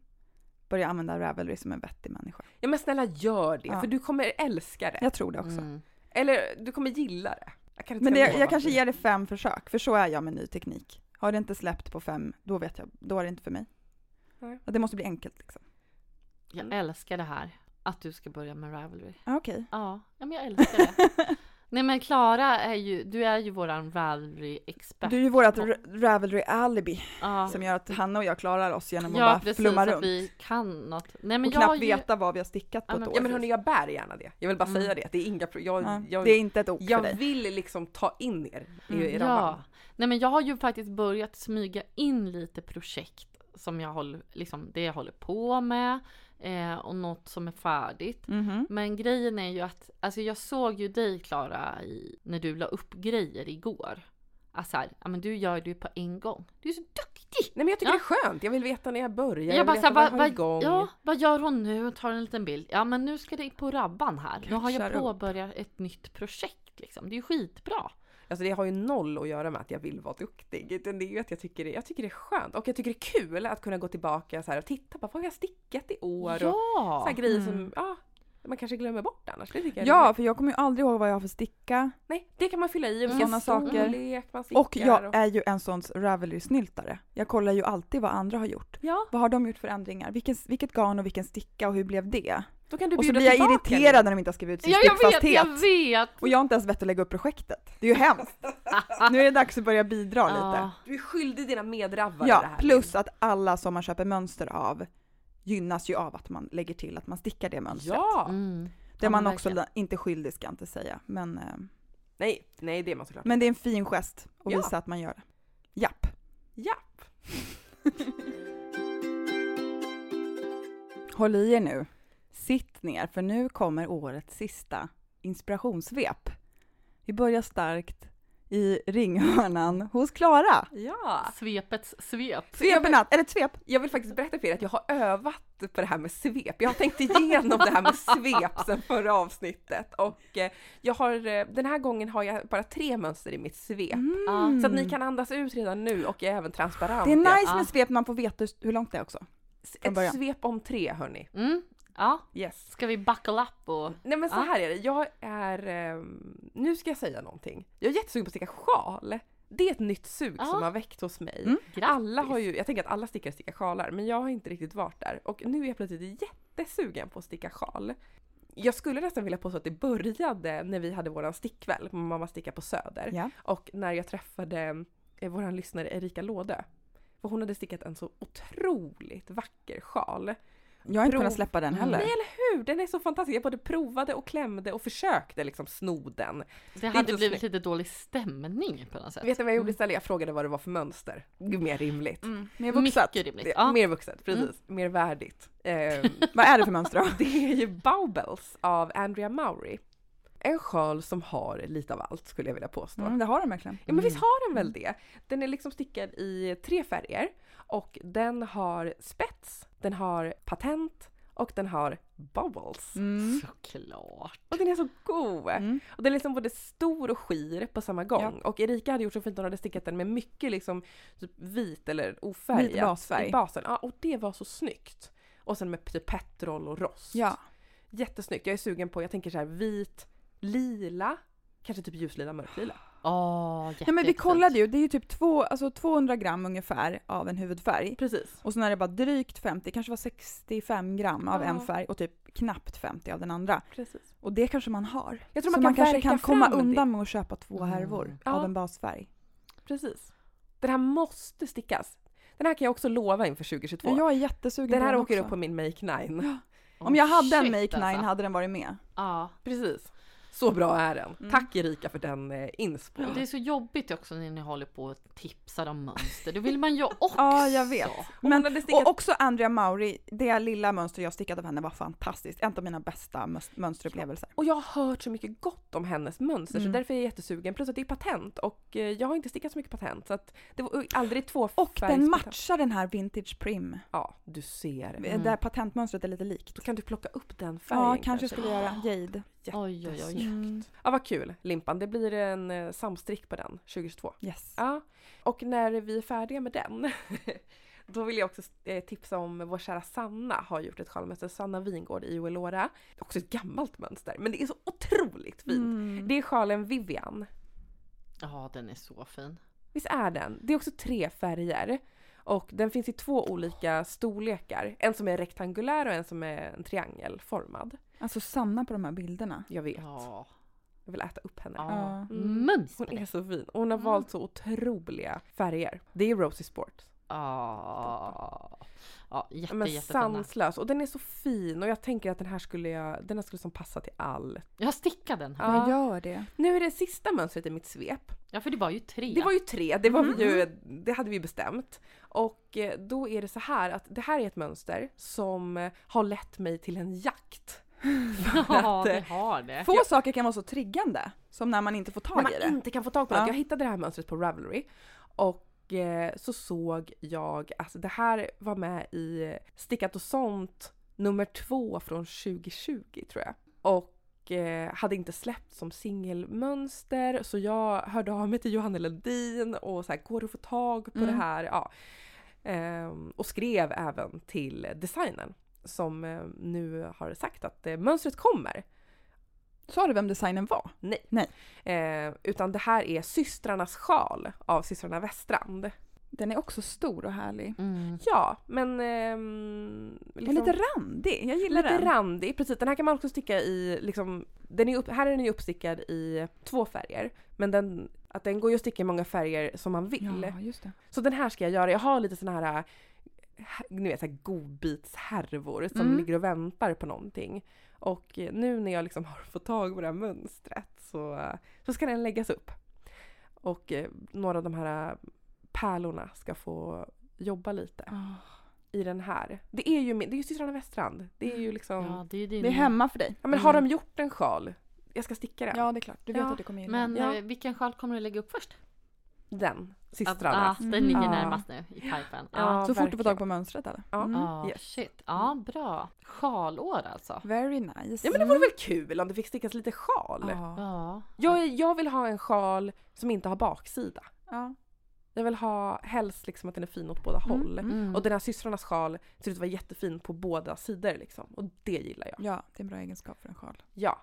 Speaker 1: börja använda Ravelry som en vettig människa.
Speaker 3: ja men snälla gör det
Speaker 1: Ja.
Speaker 3: för du kommer älska det.
Speaker 1: Jag tror det också.
Speaker 2: Mm.
Speaker 3: Eller du kommer gilla det. Jag kan inte
Speaker 1: Men
Speaker 3: säga
Speaker 1: det,
Speaker 3: mer
Speaker 1: jag
Speaker 3: om
Speaker 1: kanske
Speaker 3: det.
Speaker 1: ger det fem försök, för så är jag med ny teknik. Har det inte släppt på fem, då vet jag, då är det inte för mig.
Speaker 3: Nej.
Speaker 1: Ja, Det måste bli enkelt liksom.
Speaker 2: Jag älskar det här. Att du ska börja med Ravelry.
Speaker 1: Ah, Okej.
Speaker 2: Ja, ja, men jag älskar det. Nej men Klara är ju, du är ju våran Ravelry-expert.
Speaker 1: Du är ju vårt Ra- Ravelry alibi
Speaker 2: ja.
Speaker 1: som gör att Hanna och jag klarar oss genom att
Speaker 2: ja,
Speaker 1: bara
Speaker 2: precis,
Speaker 1: flumma
Speaker 2: att
Speaker 1: runt.
Speaker 2: vi kan något. Nej men
Speaker 1: och
Speaker 2: jag är
Speaker 1: knappt
Speaker 2: ju,
Speaker 1: veta vad vi har stickat på
Speaker 2: Ja,
Speaker 1: ett
Speaker 2: men-
Speaker 1: år.
Speaker 3: Ja men hörni jag bär gärna det. Jag vill bara
Speaker 2: Mm.
Speaker 3: säga det. att Det är inga pro- jag,
Speaker 1: Ja,
Speaker 3: jag,
Speaker 1: det är inte ett ok för
Speaker 3: jag
Speaker 1: dig.
Speaker 3: vill liksom ta in er i, i
Speaker 2: Mm,
Speaker 3: ramman.
Speaker 2: ja. Nej men jag har ju faktiskt börjat smyga in lite projekt som jag håller, liksom det jag håller på med eh, och något som är färdigt.
Speaker 1: Mhm.
Speaker 2: Men grejen är ju att, alltså jag såg ju dig Klara i, när du la upp grejer igår. Alltså här, ja men du gör det ju på en gång. Du är så duktig!
Speaker 3: Nej men jag tycker
Speaker 2: Ja.
Speaker 3: det är skönt. Jag vill veta när jag börjar. Jag,
Speaker 2: Jag bara
Speaker 3: vill
Speaker 2: så här,
Speaker 3: veta
Speaker 2: vad,
Speaker 3: vad jag har
Speaker 2: vad,
Speaker 3: igång.
Speaker 2: ja, vad gör hon nu? Och tar en liten bild. Ja men nu ska det in på rabban här. Nu har jag
Speaker 1: Catchar upp.
Speaker 2: påbörjat ett nytt projekt liksom. Det är ju skitbra.
Speaker 3: Alltså det har ju noll att göra med att jag vill vara duktig. Utan det är ju att jag tycker det, jag tycker det är skönt. Och jag tycker det är kul att kunna gå tillbaka så här och titta på vad har jag stickat i år? Och så
Speaker 2: Ja!
Speaker 3: här grejer som
Speaker 1: Mm.
Speaker 3: ja, man kanske glömmer bort annars. Det tycker jag är
Speaker 1: Ja,
Speaker 3: roligt.
Speaker 1: för jag kommer ju aldrig ihåg vad jag har för sticka.
Speaker 3: Nej, det kan man fylla i. och Vilken
Speaker 1: Såna saker.
Speaker 3: storlek man stickar.
Speaker 1: Och jag är ju en sån Ravelry-snyltare. Jag kollar ju alltid vad andra har gjort.
Speaker 3: Ja,
Speaker 1: Vad har de gjort för ändringar? Vilken, vilket garn och vilken sticka och hur blev det?
Speaker 3: då kan du
Speaker 1: Och så
Speaker 3: bjuda
Speaker 1: blir jag
Speaker 3: tillbaka det.
Speaker 1: irriterad när de inte har skrivit ut sin
Speaker 2: Ja, jag vet,
Speaker 1: stickfasthet.
Speaker 2: jag vet!
Speaker 1: Och jag har inte ens vett att lägga upp projektet. Det är ju hemskt. nu är det dags att börja bidra lite.
Speaker 2: Ja.
Speaker 3: Du är skyldig dina medravare det
Speaker 1: Ja,
Speaker 3: här.
Speaker 1: plus att alla som man köper mönster av gynnas ju av att man lägger till att man stickar det mönstret.
Speaker 3: Ja!
Speaker 2: Mm.
Speaker 1: det
Speaker 2: Ja,
Speaker 1: är man
Speaker 2: men
Speaker 1: också
Speaker 2: verkligen.
Speaker 1: inte skyldig ska jag inte säga. Men, eh,
Speaker 3: Nej, nej det är man såklart.
Speaker 1: men det är en fin gest att
Speaker 3: Ja.
Speaker 1: visa att man gör det. Japp.
Speaker 3: Japp!
Speaker 1: Håll i er nu. Sitt ner, för nu kommer årets sista inspirationssvep. Vi börjar starkt i ringhörnan hos Klara.
Speaker 3: Ja!
Speaker 2: Svepets svep.
Speaker 1: Svepenat, eller ett svep.
Speaker 3: Jag vill faktiskt berätta för er att jag har övat på det här med svep. Jag har tänkt igenom det här med svep sedan förra avsnittet och eh, jag har, eh, den här gången har jag bara tre mönster i mitt svep.
Speaker 1: Mm.
Speaker 3: Så att ni kan andas ut redan nu och jag är även transparent.
Speaker 1: Det är
Speaker 3: Jag-
Speaker 1: nice
Speaker 2: Ja.
Speaker 1: med svep när man får veta hur- hur långt det är också. från början.
Speaker 3: Ett svep om tre hörni.
Speaker 2: Mm. Ja,
Speaker 3: Yes.
Speaker 2: ska vi buckle up och...
Speaker 3: Nej men så
Speaker 2: Ja.
Speaker 3: här är det, jag är, ehm, nu ska jag säga någonting. Jag är jättesugen på att sticka sjal. Det är ett nytt sug
Speaker 2: Ja.
Speaker 3: som har väckt hos mig.
Speaker 1: Mm.
Speaker 2: Grattis!
Speaker 3: Alla har ju, jag tänker att alla stickare stickar sjalar men jag har inte riktigt varit där och nu är jag plötsligt jättesugen på att sticka sjal. Jag skulle nästan vilja påstå att det började när vi hade våran stickkväll på Mamma stickar på Söder
Speaker 1: Ja.
Speaker 3: och när jag träffade eh, våran lyssnare Erika Lådö. För hon hade stickat en så otroligt vacker sjal
Speaker 1: Jag har inte
Speaker 3: Prov.
Speaker 1: kunnat släppa den heller.
Speaker 3: Mm. Nej eller hur! Den är så fantastisk. Jag både provade och klämde och försökte liksom sno den.
Speaker 2: Det
Speaker 3: är inte
Speaker 2: hade
Speaker 3: så
Speaker 2: blivit lite dålig stämning på något sätt.
Speaker 3: Vet du vad jag gjorde istället? Jag frågade vad det var för mönster. Gud, Mer rimligt.
Speaker 1: Mm, mer vuxet.
Speaker 2: Mycket rimligt.
Speaker 3: Det-
Speaker 2: Ja. Mm.
Speaker 3: Mer vuxet, precis. Mer värdigt. Ehm,
Speaker 1: Vad är det för mönster då?
Speaker 3: Det är ju Baubels av Andrea Mowry. En sjal som har lite av allt skulle jag vilja påstå.
Speaker 1: Mm, det har de verkligen.
Speaker 3: Ja men visst har den väl det? Den är liksom stickad i tre färger och den har spets, den har patent och den har bubbles.
Speaker 1: Mm.
Speaker 2: Såklart.
Speaker 3: Och den är så god!
Speaker 1: Mm.
Speaker 3: Och den är liksom både stor och skir på samma gång. Och Erika hade gjort så fint, hon hade stickat den med mycket liksom typ vit eller ofärgat.
Speaker 1: Vit basfärg.
Speaker 3: I basen. Ja, och det var så snyggt. Och sen med typ petrol och rost.
Speaker 1: Ja.
Speaker 3: Jättesnyggt. Jag är sugen på, jag tänker så här vit, lila, kanske typ ljuslila, mörklila.
Speaker 2: Åh, jätte,
Speaker 1: Nej, men vi
Speaker 2: jättefint.
Speaker 1: kollade ju, det är ju typ två, alltså 200 gram ungefär av en huvudfärg.
Speaker 3: Precis.
Speaker 1: Och sen är det bara drygt 50, kanske var 65 gram av
Speaker 3: Ja.
Speaker 1: en färg och typ knappt 50 av den andra.
Speaker 3: Precis.
Speaker 1: Och det kanske man har.
Speaker 3: Jag
Speaker 1: Så
Speaker 3: tror
Speaker 1: man,
Speaker 3: man, kan
Speaker 1: kanske
Speaker 3: verka
Speaker 1: kan
Speaker 3: fram
Speaker 1: komma
Speaker 3: det.
Speaker 1: undan med att köpa två härvor
Speaker 2: Mm.
Speaker 1: av
Speaker 3: Ja.
Speaker 1: en basfärg.
Speaker 3: Precis. Den här måste stickas. Den här kan jag också lova inför 2022.
Speaker 1: Ja, jag är jättesugen
Speaker 3: den här
Speaker 1: på
Speaker 3: åker
Speaker 1: den
Speaker 3: upp på
Speaker 1: också.
Speaker 3: min Make 9.
Speaker 1: Om jag hade en
Speaker 2: Shit,
Speaker 1: Make 9
Speaker 2: alltså.
Speaker 1: hade den varit med.
Speaker 2: Ja.
Speaker 3: Precis. Så bra är den.
Speaker 1: Mm.
Speaker 3: Tack Erika för den eh, inspo.
Speaker 2: Det är så jobbigt också när ni håller på och tipsar om mönster. Det vill man ju också.
Speaker 1: Ja, jag vet.
Speaker 3: Hon
Speaker 1: Men,
Speaker 3: hade stickat-
Speaker 1: och också Andrea Mauri, det lilla mönster jag stickade av henne var fantastiskt. En av mina bästa mönst- mönsterupplevelser.
Speaker 3: Och jag har hört så mycket gott om hennes mönster
Speaker 1: Mm.
Speaker 3: så därför är jag jättesugen. Plus att det är patent och eh, jag har inte stickat så mycket patent så att det var aldrig två
Speaker 1: Och den
Speaker 3: färgs-
Speaker 1: matchar den här Vintage Prim,
Speaker 3: Ja, du ser.
Speaker 2: Mm.
Speaker 1: där patentmönstret är lite likt.
Speaker 3: Då kan du plocka upp den färgen.
Speaker 1: Ja, kanske jag skulle göra Jade.
Speaker 2: Oj, oj, oj.
Speaker 1: Mm.
Speaker 3: Ja, vad kul Limpan. Det blir en eh, samstrick på den 2022.
Speaker 1: Yes.
Speaker 3: Ja, och när vi är färdiga med den då vill jag också eh, tipsa om vår kära Sanna har gjort ett sjalmönster. Sanna Vingård i Oelora. Också ett gammalt mönster men det är så otroligt fint.
Speaker 1: Mm.
Speaker 3: Det är sjalen Vivian.
Speaker 2: Ja, den är så fin.
Speaker 3: Visst är den? Det är också tre färger. Och den finns i två olika storlekar. En som är rektangulär och en som är en triangelformad.
Speaker 1: Alltså Sanna på de här bilderna.
Speaker 3: Jag vet.
Speaker 2: Ja.
Speaker 3: Jag vill äta upp henne. Mm.
Speaker 2: ja.
Speaker 1: Ja.
Speaker 2: Mums på
Speaker 3: Hon är
Speaker 2: det.
Speaker 3: så fin. Och Hon har
Speaker 2: Mm.
Speaker 3: valt så otroliga färger. Det är Rosie Sport.
Speaker 2: Ja. Ja, jätte,
Speaker 3: Men
Speaker 2: jättefina.
Speaker 3: sanslös. Och den är så fin. Och jag tänker att den här skulle jag, den här skulle som passa till allt.
Speaker 2: Jag stickade den.
Speaker 3: Ja.
Speaker 1: Jag gör det.
Speaker 3: Nu är det sista mönstret i mitt svep.
Speaker 2: Ja, Mm. för det var ju tre.
Speaker 3: Det var ju tre, det, var vi ju, det hade vi ju bestämt. Och eh, då är det så här att det här är ett mönster som eh, har lett mig till en jakt.
Speaker 2: ja,
Speaker 3: att, eh,
Speaker 2: det har det.
Speaker 1: Få saker kan vara så triggande som när man inte får
Speaker 3: När
Speaker 1: tag i
Speaker 3: man
Speaker 1: det.
Speaker 3: inte kan få tag på något.
Speaker 1: Ja.
Speaker 3: Jag hittade det här mönstret på Ravelry. Och eh, så såg jag, alltså det här var med i Stickat och sånt nummer två från 2020 tror jag. Och eh, hade inte släppt som singelmönster så jag hörde av mig till Johanna Lundin och så här, går det att få tag på
Speaker 1: Mm.
Speaker 3: det här? Ja. Ehm, och skrev även till designern som eh, nu har sagt att eh, mönstret kommer.
Speaker 1: Sa du vem designen var?
Speaker 3: Nej.
Speaker 1: Nej.
Speaker 3: Eh, utan det här är Systrarnas sjal av Systrarna Västrand.
Speaker 1: Den är också stor och härlig.
Speaker 2: Mm.
Speaker 3: Ja, men... ehm,
Speaker 1: Och
Speaker 3: liksom,
Speaker 1: lite randig. Jag gillar
Speaker 3: lite
Speaker 1: den.
Speaker 3: randig. Precis, den här kan man också sticka i... Liksom, den är upp, här är den ju uppstickad i två färger. Men den, att den går ju att sticka i många färger som man vill.
Speaker 1: Ja, just det.
Speaker 3: Så den här ska jag göra. Jag har lite såna här, här- ni vet, så här godbitshärvor som
Speaker 1: Mm.
Speaker 3: ligger och väntar på någonting. Och eh, nu när jag liksom har fått tag på det här mönstret så, eh, så ska den läggas upp. Och eh, några av de här eh, pärlorna ska få jobba lite
Speaker 1: Ah,
Speaker 3: i den här. Det är ju, min- det är ju systrarna Västrand. Det är ju liksom, ja,
Speaker 2: Ja, det är ju din.
Speaker 1: Det är hemma för dig.
Speaker 3: men har de gjort en sjal? Jag ska sticka den.
Speaker 1: Ja, det är klart. Du vet
Speaker 3: Ja,
Speaker 1: att du kommer gilla
Speaker 2: Men
Speaker 3: Ja.
Speaker 2: eh, vilken sjal kommer du lägga upp först?
Speaker 3: Den,
Speaker 2: Ja,
Speaker 3: systrarna.
Speaker 2: ah, den ligger
Speaker 1: Mm.
Speaker 2: närmast nu i pipen.
Speaker 1: den.
Speaker 3: Ja.
Speaker 2: Ja.
Speaker 1: Så fort du får
Speaker 3: verkligen.
Speaker 1: tag på mönstret eller?
Speaker 3: Ja.
Speaker 1: Mm.
Speaker 2: Ah, shit. Ja, bra. Sjalår alltså.
Speaker 1: Very nice. Mm.
Speaker 3: Ja men det vore väl kul om det fick stickas lite sjal?
Speaker 1: Ja.
Speaker 2: Ja.
Speaker 3: Jag, jag vill ha en sjal som inte har baksida.
Speaker 1: Ja.
Speaker 3: Jag vill ha helst liksom att den är fin åt båda
Speaker 1: Mm,
Speaker 3: håll.
Speaker 1: mm.
Speaker 2: Mm.
Speaker 3: Och den här systrarnas sjal ser ut att vara jättefin på båda sidor liksom. Och det gillar jag.
Speaker 1: ja, det är en bra egenskap för en sjal.
Speaker 3: Ja.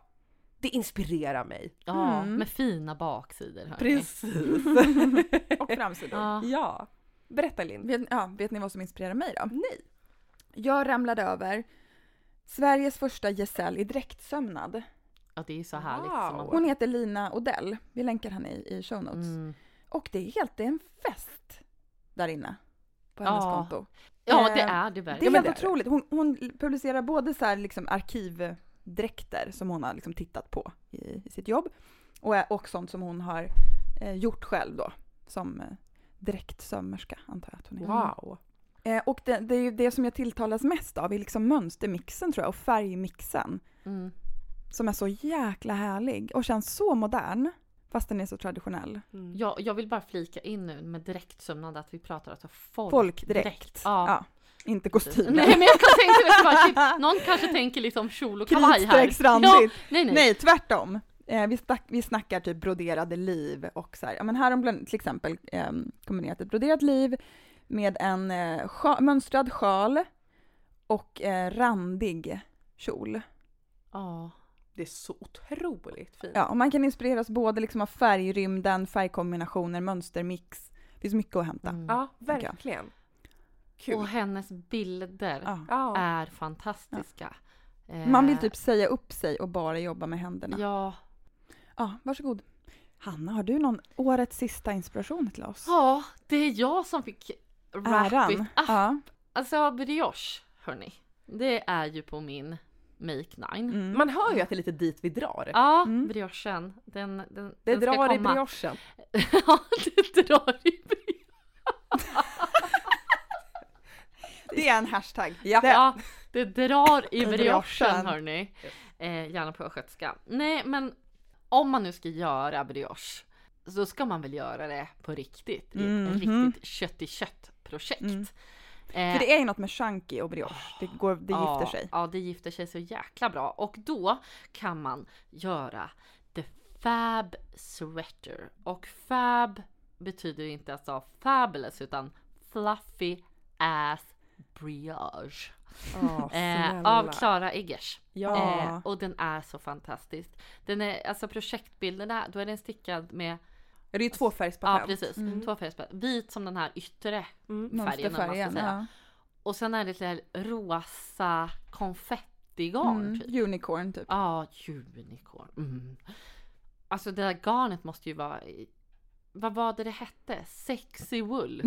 Speaker 3: Det inspirerar mig.
Speaker 2: ja,
Speaker 1: Mm.
Speaker 2: med fina baksidor. hörni.
Speaker 3: Precis.
Speaker 1: Och framsidan.
Speaker 2: Ja.
Speaker 3: ja. Berätta Linn.
Speaker 1: Vet, ja, vet ni vad som inspirerar mig då?
Speaker 3: Nej.
Speaker 1: Jag ramlade över Sveriges första gesäll i dräktsömnad.
Speaker 2: ja, det är så härligt.
Speaker 3: Wow.
Speaker 2: Som Mm. man...
Speaker 1: Hon heter Lina Odell. Vi länkar henne i, i show notes.
Speaker 2: mm.
Speaker 1: Och det är helt det är en fest där inne på hennes
Speaker 2: Ja.
Speaker 1: konto.
Speaker 2: Ja,
Speaker 1: Eh,
Speaker 2: det är det
Speaker 1: Det är
Speaker 2: verkligen.
Speaker 1: helt
Speaker 3: men det är det.
Speaker 1: otroligt. Hon, hon publicerar både så här liksom arkivdräkter som hon har liksom tittat på i, i sitt jobb och, ä- och sånt som hon har eh, gjort själv då som eh, dräktsömmerska antar jag att hon är.
Speaker 3: Wow!
Speaker 1: Eh, och det, det är ju det som jag tilltalas mest av är liksom mönstermixen tror jag och färgmixen
Speaker 2: Mm.
Speaker 1: som är så jäkla härlig och känns så modern fast den är så traditionell.
Speaker 3: Mm.
Speaker 2: Jag, jag vill bara flika in nu med dräktsömnad att vi pratar alltså folk.
Speaker 1: Folkdräkt.
Speaker 2: Ja.
Speaker 1: inte
Speaker 2: Nej
Speaker 1: kostymer.
Speaker 2: men jag kan tänka mig att bara, shit, någon kanske tänker liksom kjol och kavaj här.
Speaker 1: Kritstrecksrandigt.
Speaker 2: nej, nej.
Speaker 1: Nej, tvärtom. Eh, vi, snack, vi snackar typ broderade liv och så här, ja men här har de bland- till exempel eh, kombinerat ett broderat liv med en eh, sja, mönstrad sjal och eh, randig kjol.
Speaker 2: Ja.
Speaker 3: Det är så otroligt fint.
Speaker 1: Ja, och man kan inspireras både liksom av färgrymden, färgkombinationer, mönstermix. Det finns mycket att hämta.
Speaker 2: Mm.
Speaker 3: Ja, verkligen. Kul.
Speaker 2: Och hennes bilder
Speaker 1: Ja.
Speaker 3: ja.
Speaker 2: är fantastiska. Eh,
Speaker 1: Man vill typ säga upp sig och bara jobba med händerna. Ja,
Speaker 2: Ja.
Speaker 1: varsågod. Hanna, har du någon årets sista inspiration till oss?
Speaker 2: ja, det är jag som fick wrap it
Speaker 1: Äran.
Speaker 2: up.
Speaker 1: Ja.
Speaker 2: Alltså brioche, hörni. Det är ju på min make nine.
Speaker 1: Mm.
Speaker 3: Man hör ju att det är lite dit vi drar.
Speaker 2: Ja,
Speaker 1: Mm.
Speaker 2: briochen. Den, den,
Speaker 3: det
Speaker 2: den ska
Speaker 3: drar i
Speaker 2: komma.
Speaker 3: briochen.
Speaker 2: ja, det drar i brioche.
Speaker 1: Det är en hashtag.
Speaker 3: Ja.
Speaker 1: Det-
Speaker 2: Ja, det drar i
Speaker 1: I briochen.
Speaker 2: briochen hörni. Eh, gärna på östgötska. Nej, men om man nu ska göra brioche så ska man väl göra det på riktigt. I ett
Speaker 1: Mhm.
Speaker 2: riktigt kött i kött projekt.
Speaker 1: Mm.
Speaker 2: Eh,
Speaker 1: För det är ju något med chunky och brioche, det, går, det
Speaker 2: ja,
Speaker 1: gifter sig.
Speaker 2: Ja, det gifter sig så jäkla bra. Och då kan man göra the fab sweater. Och fab betyder ju inte alltså fabulous utan fluffy ass brioche.
Speaker 1: Ah,
Speaker 3: Ja,
Speaker 2: Eh,
Speaker 3: snälla.
Speaker 2: av Klara Eggers.
Speaker 3: Ja.
Speaker 2: Eh, och den är så fantastisk. Den är, alltså projektbilderna, då är den stickad med,
Speaker 3: Ja, det är ju
Speaker 2: ja
Speaker 3: tvåfärgspatent.
Speaker 2: precis,
Speaker 1: Mm.
Speaker 2: två färger. Vit som den här yttre
Speaker 3: Mm.
Speaker 2: färgen, om man ska
Speaker 1: Mönsterfärgen,
Speaker 2: säga.
Speaker 1: ja.
Speaker 2: Och sen är det lite rosa konfettigarn
Speaker 1: Mm,
Speaker 2: typ.
Speaker 1: unicorn typ.
Speaker 2: Ja, unicorn. Mm. Alltså det där garnet måste ju vara, i- vad var det det hette? Sexy wool.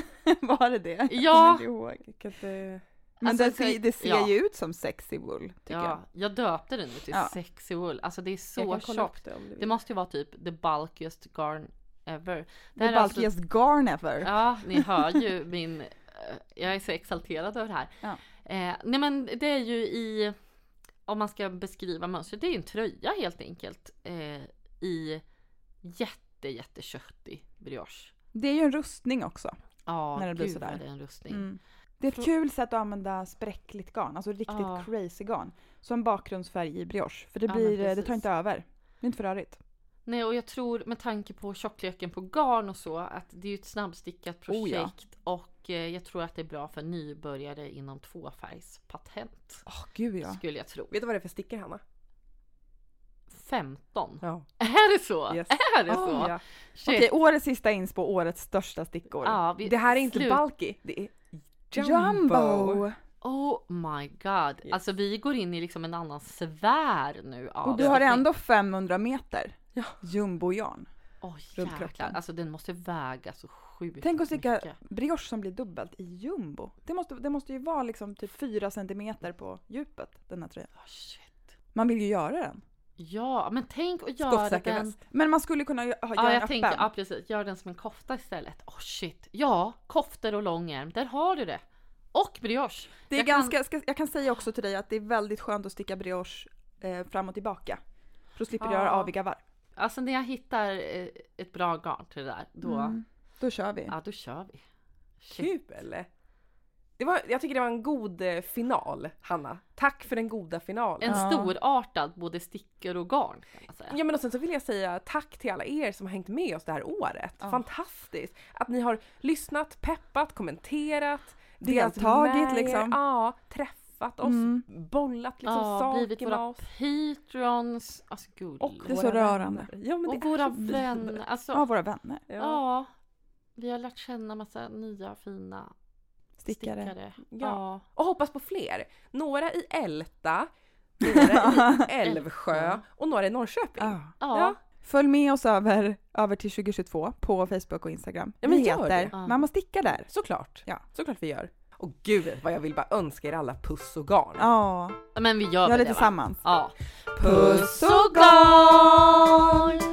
Speaker 1: Var det det? Jag
Speaker 2: Ja.
Speaker 1: kommer inte ihåg.
Speaker 3: Vilket, eh,
Speaker 1: Men
Speaker 2: Alltså,
Speaker 1: det,
Speaker 2: så-
Speaker 1: ser- det ser
Speaker 2: ja.
Speaker 1: ju ut som sexy wool, tycker
Speaker 2: Ja, jag döpte den nu till
Speaker 1: Ja.
Speaker 2: sexy wool. Alltså det är
Speaker 3: jag
Speaker 2: så
Speaker 3: kan kolla
Speaker 2: tjockt.
Speaker 3: upp det om du vill.
Speaker 2: Det måste ju vara typ the bulkiest garn ever.
Speaker 1: jag.
Speaker 2: Det här
Speaker 1: The
Speaker 2: är alltså-
Speaker 1: bulkiest garn ever.
Speaker 2: Ja, ni hör ju min... eh, Jag är så exalterad över det här.
Speaker 1: Ja.
Speaker 2: Eh, nej men det är ju i... Om man ska beskriva mönstret, det är ju en tröja helt enkelt. Eh, I jätte, jätteköttig brioche.
Speaker 1: Det är ju en rustning också.
Speaker 2: Ja,
Speaker 1: När det blir
Speaker 2: gud
Speaker 1: sådär.
Speaker 2: vad det är en rustning.
Speaker 1: Mm. Det är ett kul sätt att använda spräckligt garn, alltså riktigt
Speaker 2: Ja.
Speaker 1: crazy garn. Som bakgrundsfärg i brioche, för det,
Speaker 2: Ja,
Speaker 1: blir, eh,
Speaker 2: men
Speaker 1: det tar
Speaker 2: precis.
Speaker 1: inte över. Det är inte för rörigt.
Speaker 2: Nej och jag tror med tanke på tjockleken på garn och så att det är ju ett snabbstickat projekt.
Speaker 1: Oh, ja.
Speaker 2: Och eh, jag tror att det är bra för nybörjare inom tvåfärgspatent.
Speaker 1: Åh gud ja.
Speaker 2: Skulle jag tro.
Speaker 3: Vet du vad det är för stickor Hanna?
Speaker 2: 15.
Speaker 3: Ja.
Speaker 2: Är det så?
Speaker 3: Yes.
Speaker 2: Är det så?
Speaker 3: ja.
Speaker 1: Typ.
Speaker 2: Shit.
Speaker 1: Okej, årets sista inspo, årets största stickor.
Speaker 2: Ja, vi,
Speaker 3: Det här är inte
Speaker 2: slut.
Speaker 3: bulky, det är jumbo.
Speaker 1: Jumbo!
Speaker 2: Oh my god.
Speaker 3: Yes.
Speaker 2: Alltså vi går in i liksom en annan sfär nu. Av
Speaker 1: Och du har ändå 500 meter jumbojarn.
Speaker 2: oh,
Speaker 1: runt
Speaker 2: jäklar.
Speaker 1: kroppen.
Speaker 2: Alltså den måste väga så sjukt
Speaker 1: Tänk att
Speaker 2: mycket.
Speaker 1: sticka brioche som blir dubbelt i jumbo. Det måste, det måste ju vara liksom typ 4 centimeter på djupet, den här tröjan.
Speaker 2: Oh, shit.
Speaker 1: Man viil ju göra den.
Speaker 2: Ja, men tänk att göra
Speaker 3: Skottsäker
Speaker 2: den.
Speaker 3: väst.
Speaker 1: Men man skulle kunna gö- ha- göra
Speaker 2: Ja,
Speaker 1: en
Speaker 2: jag tänker,
Speaker 1: öppen.
Speaker 2: ja precis. Gör den som en kofta istället. Oh shit. Ja, koftor och långärm. Där har du det. Och brioche.
Speaker 1: Det är
Speaker 2: jag
Speaker 1: jag,
Speaker 2: kan-
Speaker 1: ganska, ska, jag kan säga också till dig att det är väldigt skönt att sticka brioche eh, fram och tillbaka. För då slipper du
Speaker 3: Ja.
Speaker 1: göra aviga varv.
Speaker 2: Alltså när jag hittar eh, ett bra garn till det där, då,
Speaker 1: Mm. Då kör vi.
Speaker 2: ja, då kör vi. Shit.
Speaker 3: Kul! Det var, jag tycker det var en god eh, final Hanna. Tack för den goda finalen.
Speaker 2: En
Speaker 1: Ja.
Speaker 2: storartad både stickor och garn. Kan man säga.
Speaker 3: Ja men och sen så vill jag säga tack till alla er som har hängt med oss det här året.
Speaker 2: Ja.
Speaker 3: Fantastiskt! Att ni har lyssnat, peppat, kommenterat, delat
Speaker 1: Deltagit,
Speaker 3: med er.
Speaker 1: liksom.
Speaker 3: Ja, träffat oss,
Speaker 1: Mm.
Speaker 3: bollat liksom
Speaker 2: ja, blivit
Speaker 3: saker med
Speaker 2: våra
Speaker 3: oss.
Speaker 2: patrons. Alltså guld.
Speaker 3: Och
Speaker 1: Det är så
Speaker 3: våra
Speaker 1: rörande.
Speaker 3: vänner. Ja, men
Speaker 2: och
Speaker 3: det är
Speaker 2: våra
Speaker 3: så fint.
Speaker 2: vänner. Alltså,
Speaker 1: Av
Speaker 2: ja.
Speaker 1: våra vänner.
Speaker 3: Ja,
Speaker 2: Vi har lärt känna massa nya fina stickare.
Speaker 1: Stickare.
Speaker 2: Ja.
Speaker 3: Och hoppas på fler. Några i Älta, några i Älvsjö
Speaker 2: Älvsjö.
Speaker 3: och några i Norrköping.
Speaker 1: Ah.
Speaker 2: Ja.
Speaker 3: Ja.
Speaker 1: Följ med oss över, över till 2022 på Facebook och Instagram.
Speaker 3: Ja, men
Speaker 1: vi
Speaker 3: gör
Speaker 1: heter
Speaker 3: det.
Speaker 2: Ja.
Speaker 1: Mamma Sticka där.
Speaker 3: Såklart.
Speaker 1: Ja.
Speaker 3: Såklart vi gör. Och gud vad jag vill bara önska er alla puss och garn.
Speaker 1: Ja,
Speaker 2: Men vi gör
Speaker 1: gör
Speaker 2: väl
Speaker 1: det
Speaker 2: det va?
Speaker 1: tillsammans.
Speaker 2: Ja.
Speaker 3: Puss
Speaker 2: och garn!